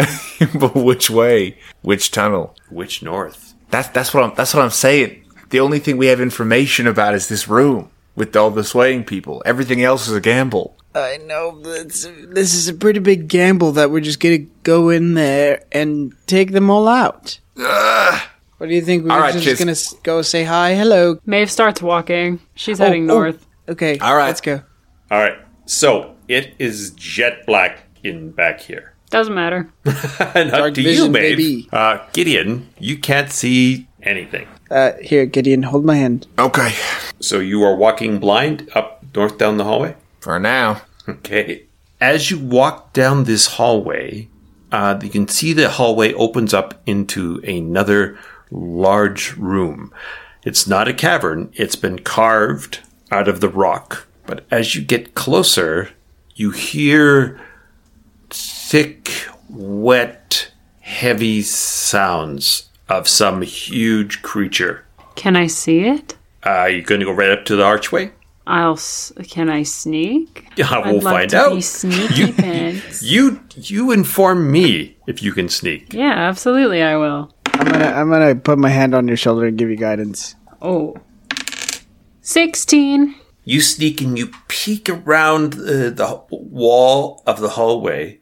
S5: but which way? Which tunnel?
S4: Which north?
S5: That's that's what I'm that's what I'm saying. The only thing we have information about is this room with all the swaying people. Everything else is a gamble.
S7: I know but it's- this is a pretty big gamble that we're just gonna go in there and take them all out. What do you think? We're
S5: All right,
S7: just
S5: Chiz.
S7: gonna s- go say hi, hello.
S6: Maeve starts walking. She's
S7: Oh,
S6: heading
S7: oh,
S6: north.
S7: Okay.
S5: All right.
S7: Let's go.
S4: All right. So it is jet black in back here.
S6: Doesn't matter.
S4: And up to you,
S7: vision,
S4: Maeve.
S7: baby.
S4: Uh, Gideon, you can't see anything.
S7: Uh, here, Gideon, hold my hand.
S5: Okay.
S4: So you are walking blind up north down the hallway.
S5: For now.
S4: Okay. As you walk down this hallway, uh, you can see the hallway opens up into another large room. It's not a cavern, it's been carved out of the rock. But as you get closer, you hear thick, wet, heavy sounds of some huge creature.
S6: Can I see it?
S4: Uh, are you going to go right up to the archway?
S6: I'll. S- can I sneak?
S4: Yeah,
S6: I'd
S4: we'll
S6: like
S4: find
S6: to
S4: out.
S6: Be sneaky pants.
S4: You you inform me if you can sneak.
S6: Yeah, absolutely, I will.
S7: I'm gonna I'm gonna put my hand on your shoulder and give you guidance.
S6: Oh. 16.
S4: You sneak and you peek around uh, the h- wall of the hallway,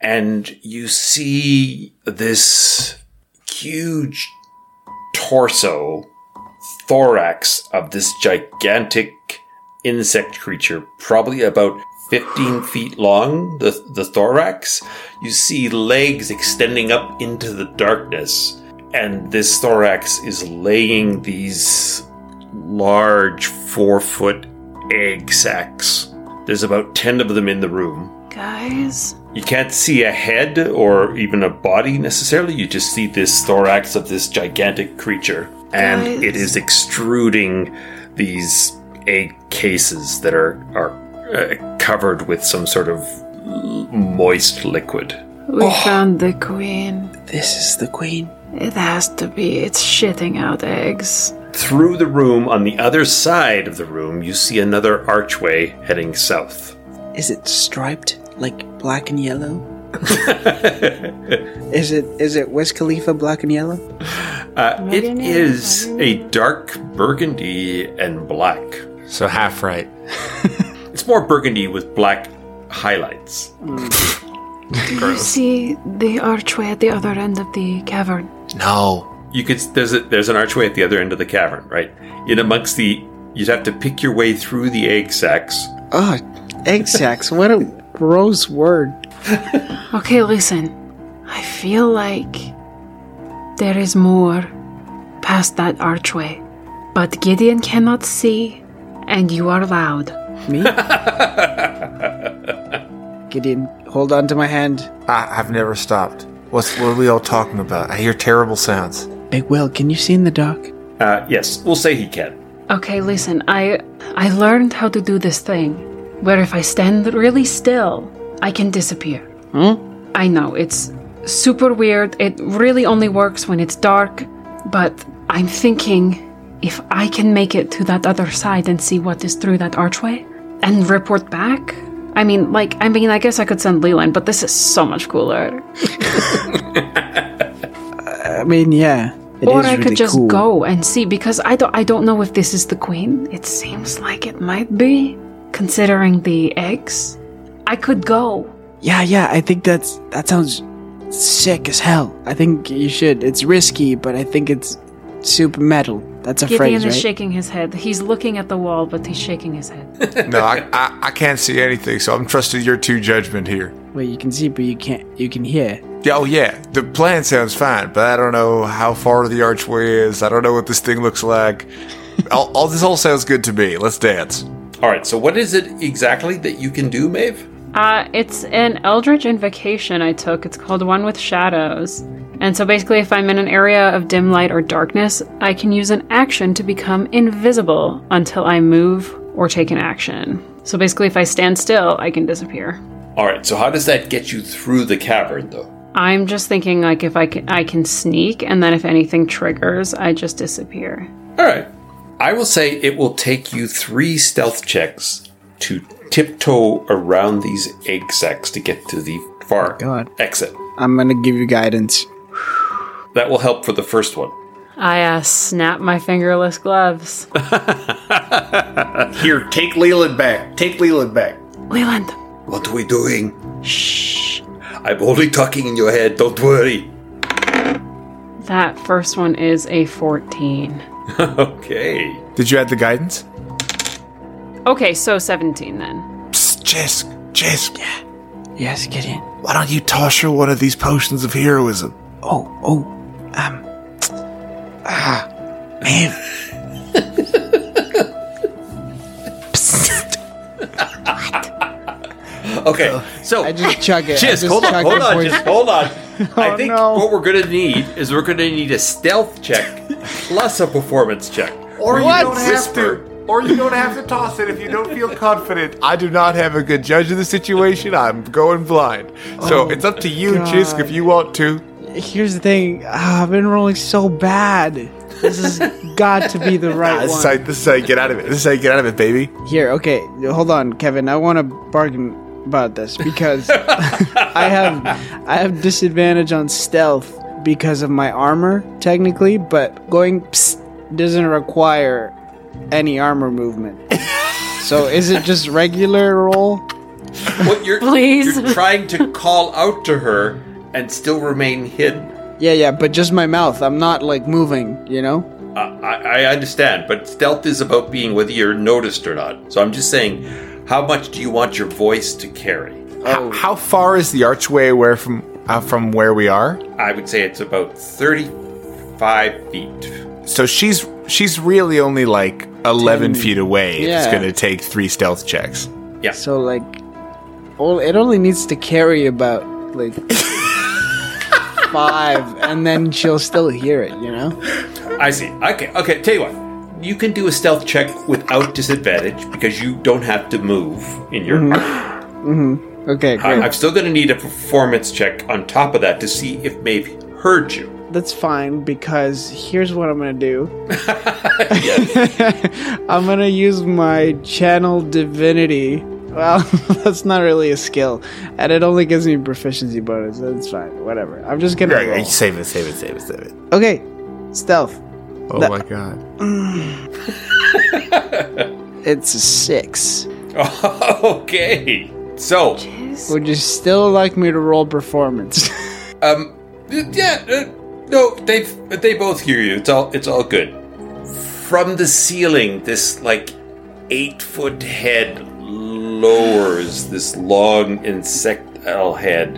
S4: and you see this huge torso, thorax of this gigantic insect creature, probably about 15 feet long, the, the thorax. You see legs extending up into the darkness, and this thorax is laying these large four foot egg sacs. There's about 10 of them in the room.
S6: Guys.
S4: You can't see a head or even a body necessarily. You just see this thorax of this gigantic creature. And
S6: Guys.
S4: it is extruding these egg cases that are, are uh, covered with some sort of l- moist liquid.
S6: We
S4: Oh.
S6: found the queen.
S4: This is the queen.
S6: It has to be. It's shitting out eggs.
S4: Through the room, on the other side of the room, you see another archway heading south.
S14: Is it striped like black and yellow?
S7: Is it is it Wiz Khalifa black and yellow?
S4: Uh, it is a dark burgundy and black. So half right. it's more burgundy with black highlights.
S6: Do you see the archway at the other end of the cavern?
S4: No. You could there's a, there's an archway at the other end of the cavern, right? In amongst the you'd have to pick your way through the egg sacs.
S7: Oh, egg sacks. What a gross word.
S6: Okay, listen. I feel like there is more past that archway. But Gideon cannot see, and you are loud.
S7: Me? Gideon, hold on to my hand.
S5: I, I've never stopped. What's what are we all talking about? I hear terrible sounds.
S7: Big Will, can you see in the dark?
S4: Uh, yes, we'll say he can.
S6: Okay, listen. I I learned how to do this thing where if I stand really still, I can disappear.
S7: Hmm?
S6: I know it's super weird. It really only works when it's dark, but I'm thinking if I can make it to that other side and see what is through that archway and report back. I mean, like, I mean, I guess I could send Leland, but this is so much cooler.
S7: I mean, yeah. it is
S6: or I
S7: really
S6: could just
S7: cool.
S6: go and see because I don't I don't know if this is the queen. It seems like it might be considering the eggs. I could go.
S7: Yeah, yeah. I think that's that sounds sick as hell. I think you should. It's risky, but I think it's super metal. That's a
S6: Gideon
S7: phrase, right?
S6: is shaking his head. He's looking at the wall, but he's shaking his head.
S5: No, I, I I can't see anything, so I'm trusting your two judgment here.
S7: Well, you can see, but you can't. You can hear.
S5: Yeah, oh yeah, the plan sounds fine, but I don't know how far the archway is. I don't know what this thing looks like. all, all this all sounds good to me. Let's dance.
S4: All right. So what is it exactly that you can do, Maeve?
S6: Uh, it's an Eldritch Invocation I took. It's called One with Shadows. And so basically, if I'm in an area of dim light or darkness, I can use an action to become invisible until I move or take an action. So basically, if I stand still, I can disappear.
S4: All right. So how does that get you through the cavern, though?
S6: I'm just thinking like if I can, I can sneak, and then if anything triggers, I just disappear.
S4: All right. I will say it will take you three stealth checks to tiptoe around these egg sacs to get to the far
S7: Oh God.
S4: exit.
S7: I'm gonna give you guidance.
S4: That will help for the first one.
S6: I uh, snap my fingerless gloves.
S15: Here, take Leland back. Take Leland back.
S6: Leland.
S4: What are we doing? Shh. I'm only talking in your head. Don't worry.
S6: That first one is a 14.
S4: okay.
S5: Did you add the guidance?
S6: Okay, so 17 then.
S5: Psst, Jisk, Jisk.
S7: Yes, Gideon.
S5: Why don't you toss her one of these potions of heroism?
S7: Oh, oh, um, ah, man.
S4: Okay. So
S7: I just chug it. I
S4: Just,
S7: just
S4: hold on,
S7: chug
S4: hold
S7: it
S4: on,
S7: for you.
S4: just hold on. I
S7: Oh,
S4: think
S7: no.
S4: what we're gonna need is we're gonna need a stealth check plus a performance check.
S5: Or
S4: Where
S5: you don't have
S4: whisper.
S5: to. Or you don't have to toss it if you don't feel confident. I do not have a good judge of the situation. I'm going blind. So
S7: Oh,
S5: it's up to you,
S7: God.
S5: Jisk, if you want to.
S7: Here's the thing. ah, I've been rolling so bad. This has got to be the right
S5: This is,
S7: one.
S5: how, this is how you get out of it. This is how you get out of it, baby.
S7: Here, okay, hold on, Kevin. I want to bargain about this because I have I have disadvantage on stealth, because of my armor, technically, but going psst doesn't require any armor movement. so is it just regular roll?
S4: What you're you're trying to call out to her and still remain hidden.
S7: Yeah, yeah, but just my mouth. I'm not like moving, you know?
S4: I, I I understand, but stealth is about being whether you're noticed or not. So I'm just saying, how much do you want your voice to carry?
S7: Oh.
S5: How, how far is the archway where from uh, from where we are?
S4: I would say it's about 35 feet.
S5: So she's she's really only like eleven feet away. It's
S7: Yeah.
S5: going to take three stealth checks.
S4: Yeah.
S7: So like, all it only needs to carry about like five, and then she'll still hear it. You know?
S4: I see. Okay, okay, tell you what. You can do a stealth check without disadvantage because you don't have to move in your.
S7: Mm-hmm. Okay,
S4: I,
S7: great.
S4: am still going to need a performance check on top of that to see if Maeve heard you.
S7: That's fine because here's what I'm gonna do. I'm gonna use my channel divinity. Well, that's not really a skill, and it only gives me proficiency bonus. That's fine. Whatever. I'm just gonna. roll.
S5: Save it, save it, save it, save it.
S7: Okay, stealth.
S5: Oh
S7: The-
S5: my god.
S7: It's a six.
S4: okay. So,
S7: Would you still like me to roll performance?
S4: um, yeah, uh, no, they they both hear you. It's all it's all good. From the ceiling, this like eight foot head lowers this long insectile head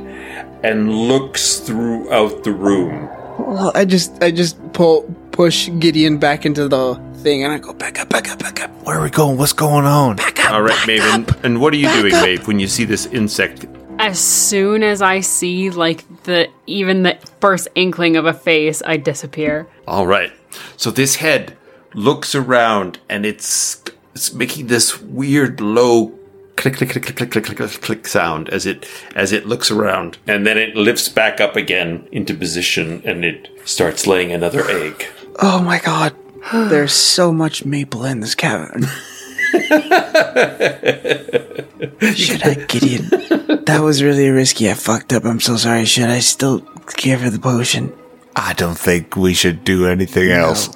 S4: and looks throughout the room.
S7: well, Oh, I just, I just pull, push Gideon back into the thing, and I go back up, back up, back up.
S5: Where are we going? What's going on?
S4: All right, Maeve, and, and what are you doing, Maeve, when you see this insect?
S6: As soon as I see like the even the first inkling of a face, I disappear.
S4: All right, so this head looks around and it's it's making this weird low click click click click click click click click, click sound as it as it looks around, and then it lifts back up again into position and it starts laying another egg.
S7: Oh my god, there's so much maple in this cavern. Should I, Gideon? That was really risky. I fucked up. I'm so sorry. Should I still give her the potion?
S5: I don't think we should do anything else.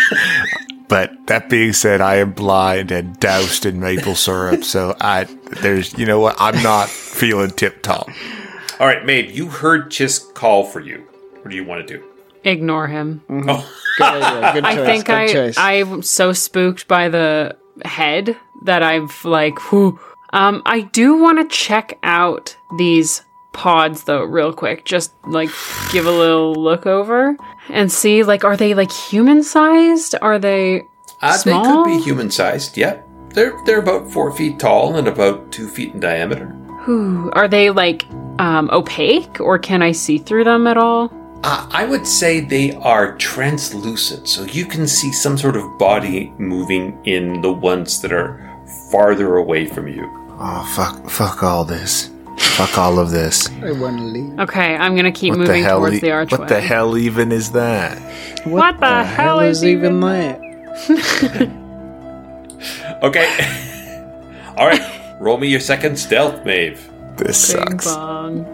S5: but that being said, I am blind and doused in maple syrup, so I there's you know what I'm not feeling tip top.
S4: All right, Maeve, you heard Chisk call for you. What do you want to do?
S6: Ignore him.
S4: Oh.
S6: I think I I'm so spooked by the head that I've like whew. Um I do want to check out these pods though real quick. Just like give a little look over and see like are they like human sized? Are they
S4: Uh, they
S6: small?
S4: could be human sized. Yeah, they're they're about four feet tall and about two feet in diameter.
S6: Whew. Are they like um, opaque or can I see through them at all?
S4: Uh, I would say they are translucent, so you can see some sort of body moving in the ones that are farther away from you.
S5: Oh fuck fuck all this. Fuck all of this.
S7: I want to leave.
S6: Okay, I'm gonna keep moving towards
S5: e-
S6: the archway.
S5: What the hell even is that?
S6: What, the, uh, hell, is even that?
S4: Okay. All right, roll me your second stealth, Maeve.
S5: This
S6: Bing bong.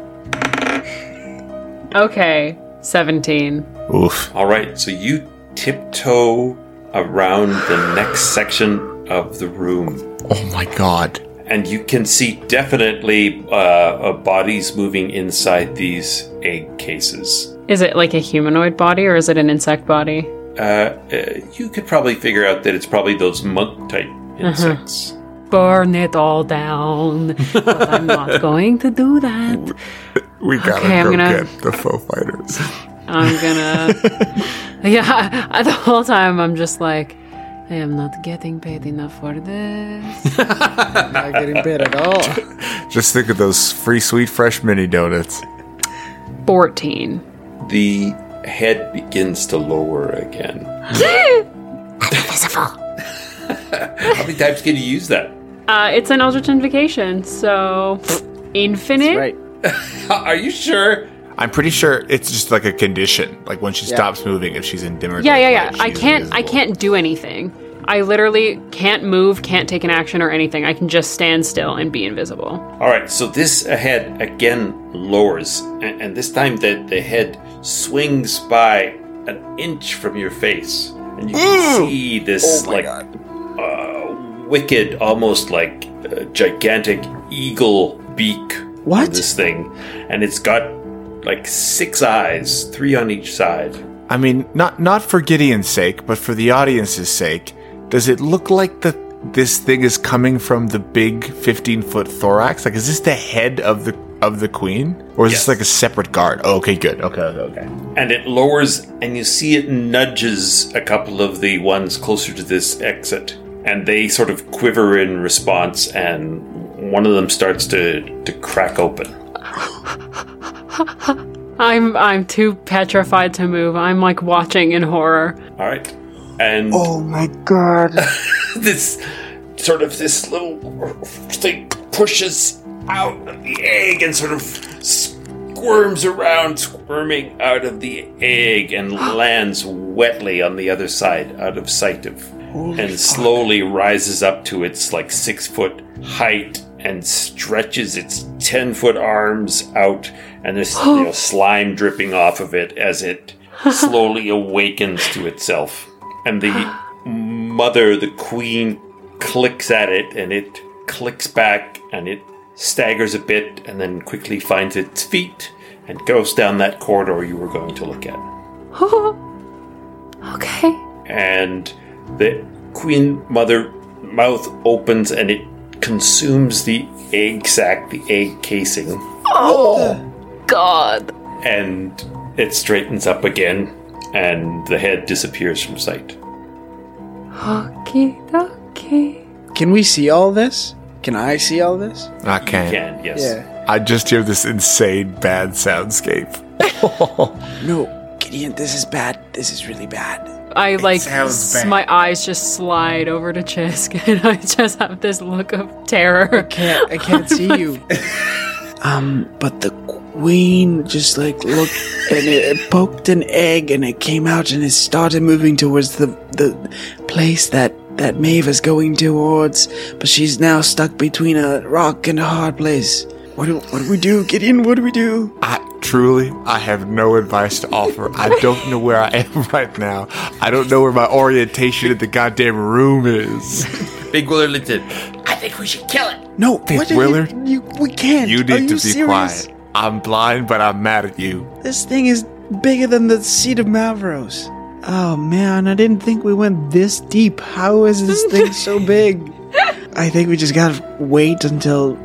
S6: Okay, 17.
S5: Oof.
S4: All right, so you tiptoe around the next section of the room.
S5: Oh my god.
S4: And you can see definitely uh, uh, bodies moving inside these egg cases.
S6: Is it like a humanoid body or is it an insect body?
S4: Uh, uh, you could probably figure out that it's probably those monk type insects.
S6: Burn it all down. but I'm not going to do that.
S5: We gotta
S6: Okay, I'm
S5: go
S6: gonna-
S5: get the Foo Fighters.
S6: I'm gonna. yeah, I, the whole time I'm just like, I am not getting paid enough for this.
S7: not getting paid at all.
S5: Just think of those free sweet fresh mini donuts.
S6: 14.
S4: The head begins to lower again.
S6: Invisible.
S4: How many times can you use that?
S6: Uh, it's an Eldritch Invocation, so infinite.
S4: Are you sure?
S5: I'm pretty sure it's just like a condition. Like when she
S6: Yeah.
S5: stops moving, if she's in dimmer.
S6: Yeah, yeah,
S5: light,
S6: yeah. I
S5: she's
S6: can't. I can't do anything. I literally can't move, can't take an action or anything. I can just stand still and be invisible.
S4: All right, so this head again lowers, and, and this time the, the head swings by an inch from your face, and you can see this like uh, wicked, almost like uh, gigantic eagle beak. What this thing, and it's got like six eyes, three on each side.
S5: I mean, not not for Gideon's sake, but for the audience's sake, does it look like the this thing is coming from the big fifteen foot thorax? Like, is this the head of the of the queen, or is this like a separate guard? Oh, okay, good. Okay, okay, okay.
S4: and it lowers and you see it nudges a couple of the ones closer to this exit and they sort of quiver in response and one of them starts to to crack open
S6: I'm I'm too petrified to move. I'm like watching in horror.
S4: all right and
S16: Oh my god.
S4: this sort of this little thing pushes out of the egg and sort of squirms around, squirming out of the egg and lands wetly on the other side, out of sight of,
S16: Holy
S4: and slowly rises up to its like six foot height and stretches its ten foot arms out, and there's you know, slime dripping off of it as it slowly awakens to itself. And the mother, the queen, clicks at it and it clicks back and it staggers a bit and then quickly finds its feet and goes down that corridor you were going to look at.
S17: okay.
S4: And the queen mother mouth opens and it consumes the egg sac, the egg casing,
S17: Oh, God.
S4: and it straightens up again and the head disappears from sight.
S17: Okie dokie.
S7: Can we see all this? Can I see all this?
S5: I can't.
S4: can, yes.
S7: Yeah.
S5: I just hear this insane bad soundscape.
S7: No, Gideon, this is bad. This is really bad.
S6: I like
S7: sounds
S6: s-
S7: bad.
S6: my eyes just slide over to Chisk, and I just have this look of terror. I
S7: can't. I can't see you. Um, but the queen just like looked and it, it poked an egg and it came out and it started moving towards the the place that that Maeve is going towards, but she's now stuck between a rock and a hard place. What do what do we do, Gideon? What do we do?
S5: I truly, I have no advice to offer. I don't know where I am right now. I don't know where my orientation in the goddamn room is.
S18: Big Willard lifted.
S19: I think we should kill it.
S7: No,
S5: Fifth
S7: what are
S5: Willard,
S7: You, you, we can't.
S5: you
S7: Are
S5: need to be
S7: serious?
S5: quiet. I'm blind, but I'm mad at you.
S7: This thing is bigger than the seat of Malvros. Oh man, I didn't think we went this deep. How is this thing so big? I think we just gotta wait until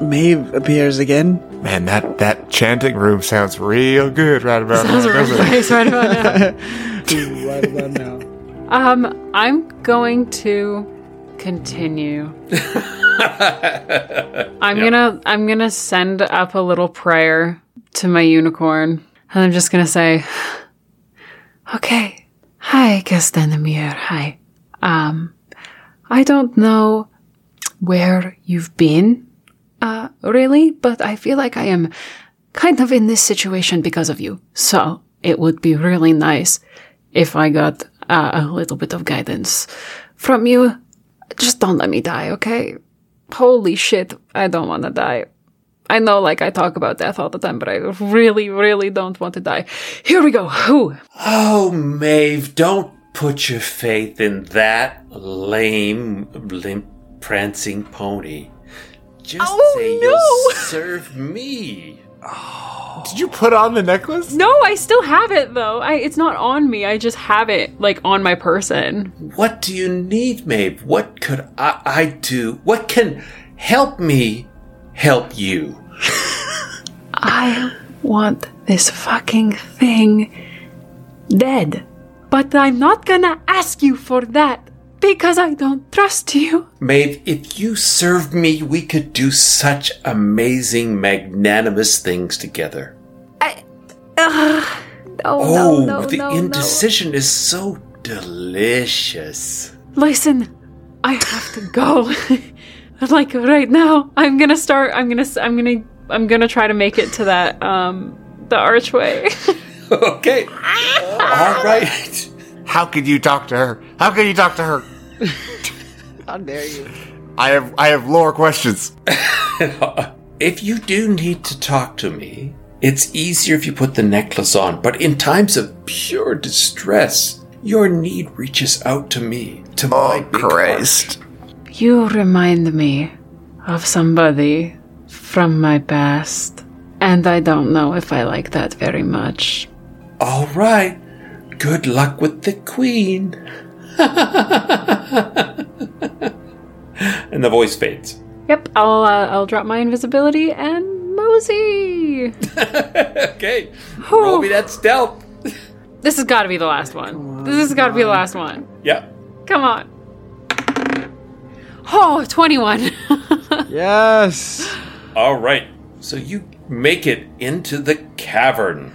S7: Maeve appears again.
S5: Man, that, that chanting room sounds real good right about
S6: Sounds
S5: now.
S6: real
S5: doesn't it?
S6: nice right about now.
S7: right about now.
S6: Um, I'm going to continue. I'm gonna I'm gonna send up a little prayer to my unicorn, and I'm just gonna say, "Okay, hi, Castanemir, hi. Um, I don't know where you've been, uh, really, but I feel like I am kind of in this situation because of you. So it would be really nice if I got uh, a little bit of guidance from you. Just don't let me die, okay? Holy shit, I don't want to die. I know, like, I talk about death all the time, but I really, really don't want to die. Here we go. Whew.
S4: Oh, Maeve, don't put your faith in that lame, limp, prancing pony. Just say you'll serve me.
S5: Did you put on the necklace?
S6: No, I still have it though. I, it's not on me. I just have it like on my person.
S4: What do you need, Maeve? What could I, I do? What can help me help you?
S6: I want this fucking thing dead. But I'm not gonna ask you for that because I don't trust you.
S4: Maeve, if you served me, we could do such amazing, magnanimous things together.
S17: Ugh.
S4: Oh,
S17: no, no,
S4: the
S17: no, no.
S4: indecision is so delicious.
S6: Listen, I have to go. like right now, I'm gonna start. I'm gonna. s- I'm gonna. I'm gonna try to make it to that um the archway.
S4: okay. All right.
S5: How could you talk to her? How could you talk to her?
S7: How dare you?
S5: I have I have lore questions.
S4: If you do need to talk to me, It's easier if you put the necklace on, but in times of pure distress, your need reaches out to me, to my big Christ.
S6: You remind me of somebody from my past, and I don't know if I like that very much.
S4: All right. Good luck with the queen. And the voice fades.
S6: Yep, I'll uh, I'll drop my invisibility and mosey.
S4: okay, roll me that stealth.
S6: This has got to be the last one. This has got to be the last one.
S4: Yeah.
S6: Come on. Oh, 21.
S4: Yes. All right. So you make it into the cavern.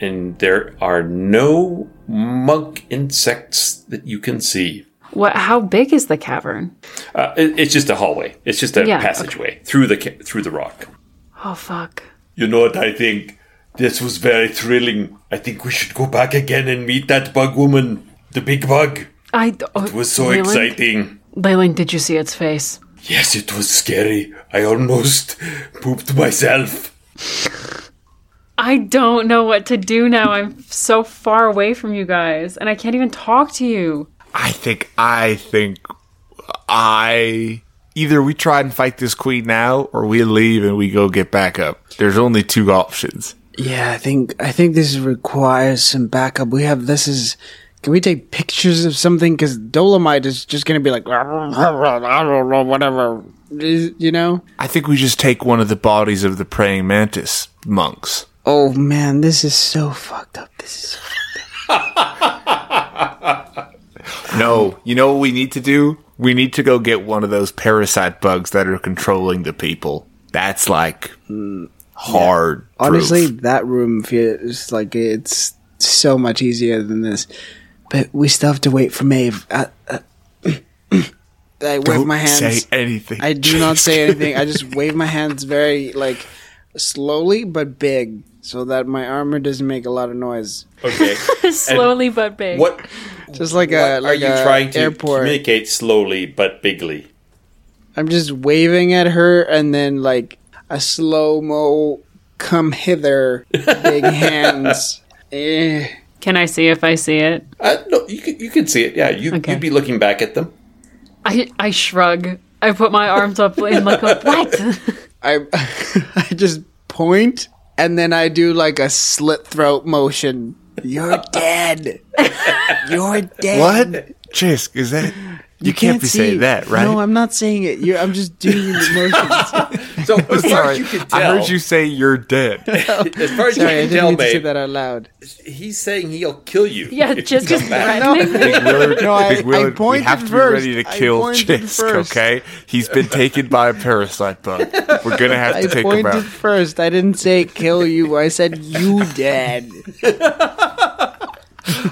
S4: And there are no monk insects that you can see.
S6: what how big is the cavern?
S4: Uh, it- it's just a hallway. It's just a
S6: Yeah,
S4: passageway through the ca- through the rock.
S6: Oh fuck.
S4: You know what I think? This was very thrilling. I think we should go back again and meet that bug woman, the big bug.
S6: I d- oh,
S4: It was so
S6: Leyland?
S4: exciting.
S6: Leyland, did you see its face?
S4: Yes, it was scary. I almost pooped myself.
S6: I don't know what to do now. I'm so far away from you guys, and I can't even talk to you.
S5: I think I think I either we try and fight this queen now or we leave and we go get back up. There's only two options.
S7: Yeah, I think I think this requires some backup. We have this is. Can we take pictures of something? Because Dolomite is just gonna be like whatever, you know.
S5: I think we just take one of the bodies of the praying mantis monks.
S7: Oh man, this is so fucked up. This is.
S5: No, you know what we need to do? We need to go get one of those parasite bugs that are controlling the people. That's like hard. proof.
S7: Honestly, that room feels like it's so much easier than this. But we still have to wait for Maeve. I, I, I wave
S5: Don't
S7: my hands.
S5: say anything.
S7: I do not say anything. I just wave my hands very like slowly but big, so that my armor doesn't make a lot of noise.
S4: Okay.
S6: Slowly but big.
S4: What
S7: Just like a
S4: are
S7: like
S4: you
S7: a
S4: trying to
S7: airport.
S4: communicate slowly but bigly?
S7: I'm just waving at her, and then like a slow mo come hither, big hands. Eh.
S6: Can I see if I see it?
S4: Uh, no, you can, you can see it. Yeah, you, you'd be looking back at them.
S6: I I shrug. I put my arms up and like a, what?
S7: I I just point and then I do like a slit throat motion. You're dead. You're dead.
S5: What? Chisk, is that you, can't, be saying that, right?
S7: No, I'm not saying it. You're, I'm just doing the motions.
S4: so
S5: I'm sorry. I heard you say you're dead.
S4: As far as
S7: Sorry, I
S4: you can
S7: didn't
S4: tell,
S7: mean to say
S4: babe,
S7: that out loud.
S4: he's saying he'll kill you.
S7: Yeah,
S4: if you
S7: just-
S4: come
S7: just
S4: back.
S7: threatening me. Big Willard- No, I-
S5: Big Willard,
S7: I pointed
S5: we have to
S7: first.
S5: be ready to
S7: I
S5: kill
S7: pointed
S5: Chisk,
S7: first.
S5: okay? He's been taken by a parasite bug. We're gonna have to
S7: I
S5: take him
S7: pointed
S5: out.
S7: first. I didn't say kill you. I said you dead.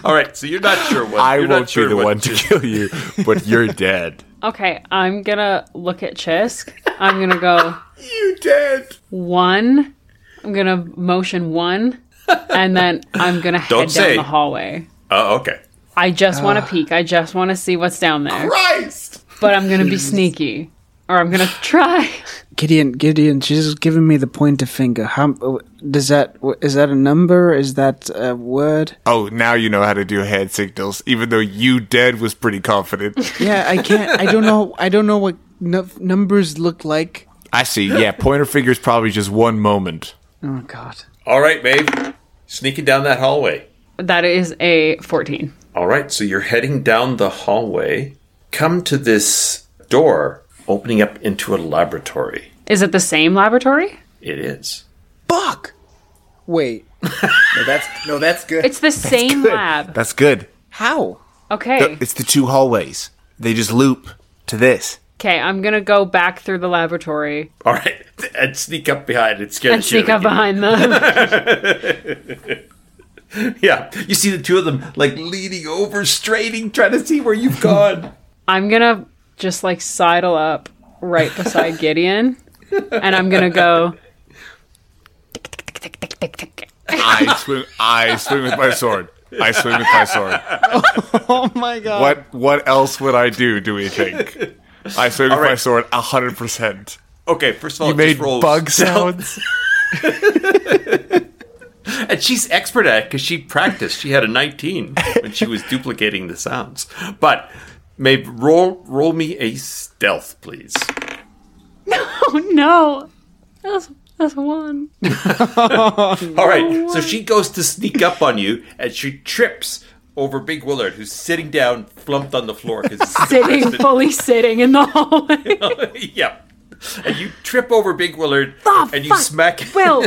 S4: All right, so you're not sure what.
S5: I
S4: you're
S5: won't
S4: not sure
S5: be the
S4: what
S5: one to kill you, but you're dead.
S6: Okay, I'm gonna look at Chisk. I'm gonna go.
S5: you dead.
S6: One. I'm gonna motion one, and then I'm gonna head
S4: Don't
S6: down
S4: say.
S6: the hallway.
S4: Oh, okay.
S6: I just want
S4: Ah.
S6: to peek. I just want to see what's down there.
S4: Christ!
S6: But I'm gonna be sneaky, or I'm gonna try.
S7: Gideon, Gideon, she's just giving me the pointer finger. How does that? Is that a number? Is that a word?
S5: Oh, now you know how to do hand signals, even though you dead was pretty confident.
S7: Yeah, I can't. I don't know. I don't know what nu- numbers look like.
S5: I see, yeah, pointer finger's probably just one moment.
S7: Oh God.
S4: All right, babe, sneaking down that hallway.
S6: That is a 14.
S4: All right, so you're heading down the hallway. Come to this door opening up into a laboratory.
S6: Is it the same laboratory?
S4: It is.
S7: Wait.
S20: no, that's no, that's good.
S6: It's the same lab.
S5: That's good.
S7: How?
S6: Okay.
S5: Th- It's the two hallways. They just loop to this.
S6: Okay, I'm gonna go back through the laboratory
S4: All right, and sneak up behind and scare the
S6: and
S4: shit
S6: sneak up
S4: out of you.
S6: behind them.
S4: Yeah, you see the two of them like leaning over, straining, trying to see where you've gone.
S6: I'm gonna just like sidle up right beside Gideon, and I'm gonna go.
S5: I swing. I swing with my sword. I swing with my sword.
S7: Oh my God.
S5: What What else would I do? Do we think? I swing with my sword hundred percent.
S4: Okay, first of all,
S5: You made
S4: just roll
S5: bug
S4: stealth.
S5: sounds.
S4: And she's expert at it because she practiced. She had a 19 when she was duplicating the sounds. But Maeve, roll roll me a stealth, please.
S6: Oh no, that's that's one.
S4: All right. So she goes to sneak up on you, and she trips over Big Willard, who's sitting down, flumped on the floor because
S6: sitting, fully sitting in the hallway.
S4: yeah. And you trip over Big Willard, and you smack.
S6: Will.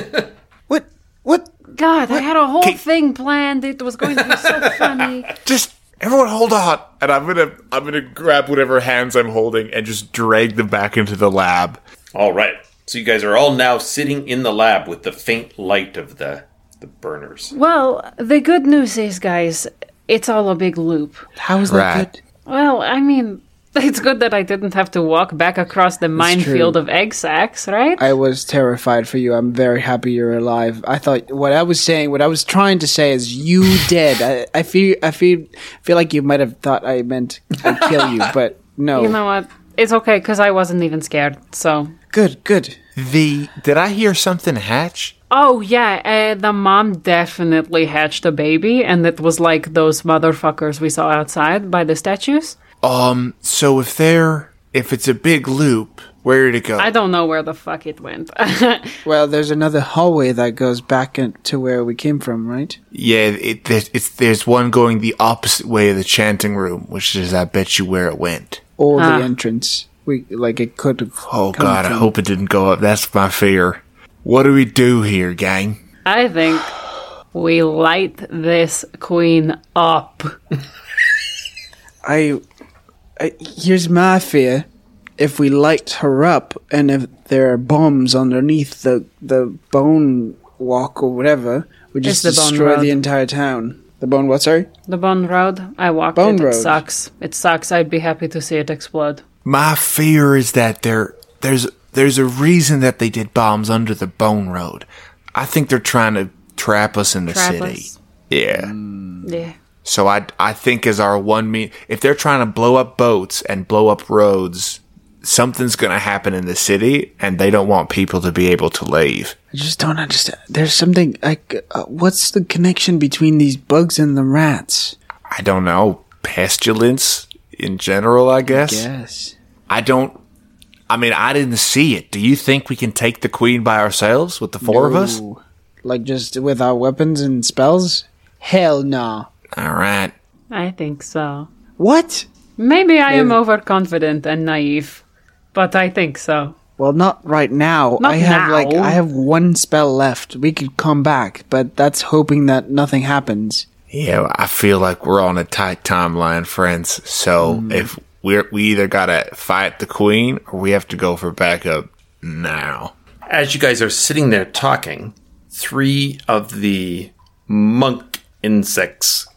S6: what? What? God, I had a whole thing planned. It was going to be so funny.
S5: Just everyone hold on. And I'm gonna I'm gonna grab whatever hands I'm holding and just drag them back into the lab.
S4: All right. So you guys are all now sitting in the lab with the faint light of the the burners.
S6: Well, the good news is, guys, it's all a big loop.
S7: How
S4: is that Right.
S7: good?
S6: Well, I mean, it's good that I didn't have to walk back across the minefield of egg sacks, right?
S7: I was terrified for you. I'm very happy you're alive. I thought what I was saying, what I was trying to say is you dead. I, I feel, I feel, feel like you might have thought I meant I'd kill you, but no.
S6: You know what? It's okay because I wasn't even scared. So.
S7: Good, good.
S5: The did I hear something hatch?
S6: Oh yeah, uh, the mom definitely hatched a baby, and it was like those motherfuckers we saw outside by the statues.
S5: Um, so if they're if it's a big loop, where did it go?
S6: I don't know where the fuck it went.
S7: Well, there's another hallway that goes back in, to where we came from, right?
S5: yeah, it, there's, it's there's one going the opposite way of the chanting room, which is I bet you where it went.
S7: Or
S5: Ah.
S7: the entrance. We like it could have.
S5: Oh god, I hope it didn't go up. That's my fear. What do we do here, gang?
S6: I think we light this queen up.
S7: I, I here's my fear: if we light her up, and if there are bombs underneath the the bone walk or whatever, we
S6: It's
S7: just
S6: the bone
S7: destroy
S6: road.
S7: the entire town. The bone what? Sorry.
S6: The Bone Road. I walked
S7: Bone
S6: it.
S7: Road.
S6: It sucks. It sucks. I'd be happy to see it explode.
S5: My fear is that there there's there's a reason that they did bombs under the bone road. I think they're trying to trap us in the
S6: Trap
S5: city.
S6: us. Mm.
S5: Yeah.
S6: Yeah.
S5: So I I think as our one mean if they're trying to blow up boats and blow up roads, something's going to happen in the city and they don't want people to be able to leave.
S7: I just don't understand. There's something like, uh, what's the connection between these bugs and the rats?
S5: I don't know, pestilence in general, I guess.
S7: guess.
S5: I don't I mean, I didn't see it. Do you think we can take the queen by ourselves with the four of us?
S7: No. Like just with our weapons and spells? Hell no.
S5: All right.
S6: I think so.
S7: What?
S6: Maybe I am
S7: Maybe.
S6: overconfident and naive, but I think so.
S7: Well, not right now.
S6: Not
S7: I have like
S6: now.
S7: I have one spell left. We could come back, but that's hoping that nothing happens.
S5: Yeah, I feel like we're on a tight timeline, friends. So if we're we either gotta fight the queen or we have to go for backup now.
S4: As you guys are sitting there talking, three of the monk insects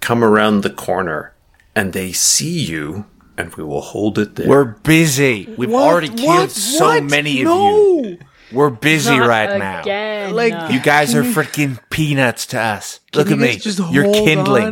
S4: come around the corner and they see you, and we will hold it there.
S5: We're busy. We've already killed so many of you. We're busy
S4: Not
S5: right
S6: again.
S5: now.
S6: Like-
S5: you guys are
S7: Can we-
S5: freaking peanuts to us.
S7: Can
S5: Look
S7: you
S5: at
S7: guys
S5: me.
S7: just
S5: You're
S7: hold
S5: kindling.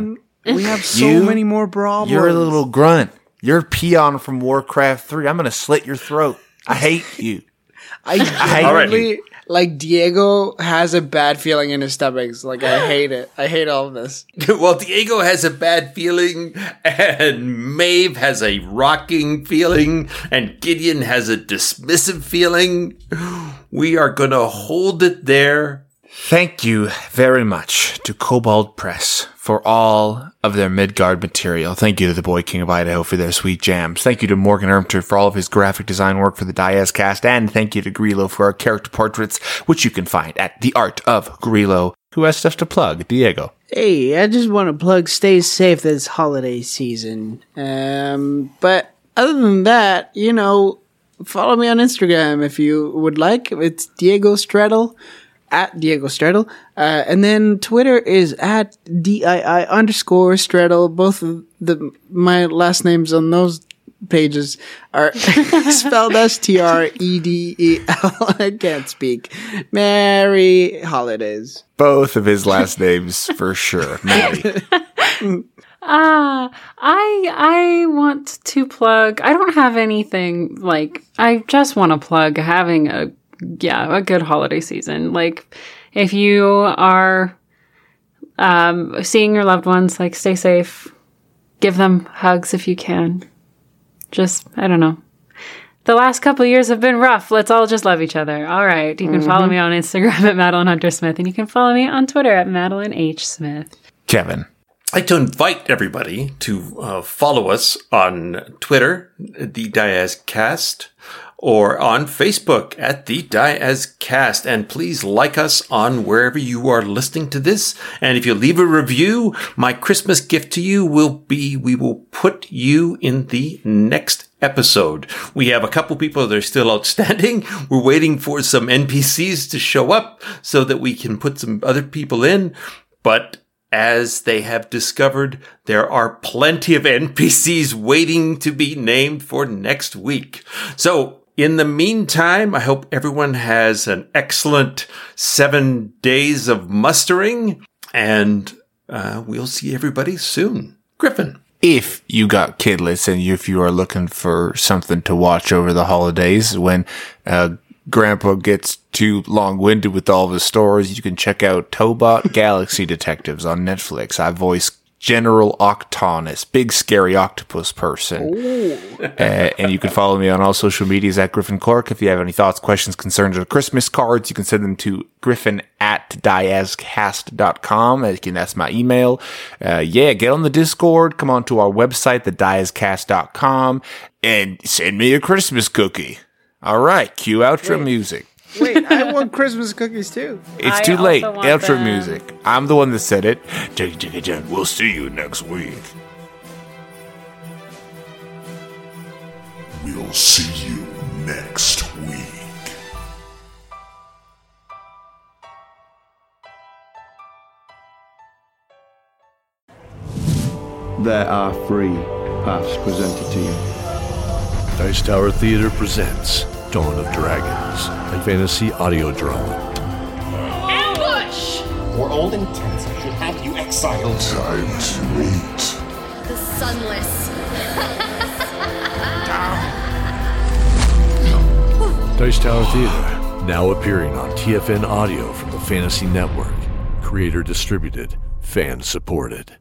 S7: on? We have so
S5: You-
S7: many more problems.
S5: You're a little grunt. You're a peon from Warcraft 3. I'm going to slit your throat. I hate you.
S7: I
S5: All right.
S7: genuinely like Diego has a bad feeling in his stomach. It's Like I hate it. I hate all of this.
S4: well, Diego has a bad feeling, and Maeve has a rocking feeling, and Gideon has a dismissive feeling. We are going to hold it there.
S5: Thank you very much to Cobalt Press for all of their Midgard material. Thank you to the Boy King of Idaho for their sweet jams. Thank you to Morgan Ermter for all of his graphic design work for the Diaz cast. And thank you to Grillo for our character portraits, which you can find at The Art of Grillo. Who has stuff to plug? Diego.
S7: Hey, I just want to plug stay safe this holiday season. Um, but other than that, you know, follow me on Instagram if you would like. It's Diego Straddle, at Diego Straddle. Uh, and then Twitter is at DII underscore Straddle. Both of the, my last names on those pages are spelled S T R E D E L. I can't speak. Merry holidays.
S5: Both of his last names for sure. Maddie.
S6: Ah, I I want to plug. I don't have anything like I just want to plug having a yeah, a good holiday season. Like if you are um, seeing your loved ones, like stay safe, give them hugs if you can. Just I don't know. The last couple of years have been rough. Let's all just love each other. All right. You can follow
S21: Mhm.
S6: me on Instagram at Madeline Hunter Smith, and you can follow me on Twitter at Madeline H Smith.
S21: Kevin.
S4: I'd like to invite everybody to uh, follow us on Twitter, The Diaz Cast, or on Facebook at The Diaz Cast. And please like us on wherever you are listening to this. And if you leave a review, my Christmas gift to you will be we will put you in the next episode. We have a couple people that are still outstanding. We're waiting for some NPCs to show up so that we can put some other people in. But as they have discovered, there are plenty of NPCs waiting to be named for next week. So, in the meantime, I hope everyone has an excellent seven days of mustering, and uh, we'll see everybody soon. Griffin.
S5: If you got kidless and you, if you are looking for something to watch over the holidays when uh, Grandpa gets too long winded with all of his stories, you can check out Tobot Galaxy Detectives on Netflix. I voice General Octonus, big scary octopus person. Uh, and you can follow me on all social medias at Griffin Clark. If you have any thoughts, questions, concerns, or Christmas cards, you can send them to griffin at diazcast.com. Again, that's my email. Uh, yeah, get on the Discord. Come on to our website, thediazcast.com, and send me a Christmas cookie. All right, cue outro music.
S7: Wait, I want Christmas cookies too.
S5: It's too late. Outro music. I'm the one that said it. Jigga, jigga, jig. We'll see you next week.
S22: We'll see you next week.
S23: There are three paths presented to you.
S2: Dice Tower Theater presents Dawn of Dragons, a fantasy audio drama.
S13: Ambush! For all intents, I should have you exiled.
S22: Time to eat.
S13: The sunless.
S2: Dice Tower Theater, now appearing on TFN Audio from the Fantasy Network. Creator distributed, fan supported.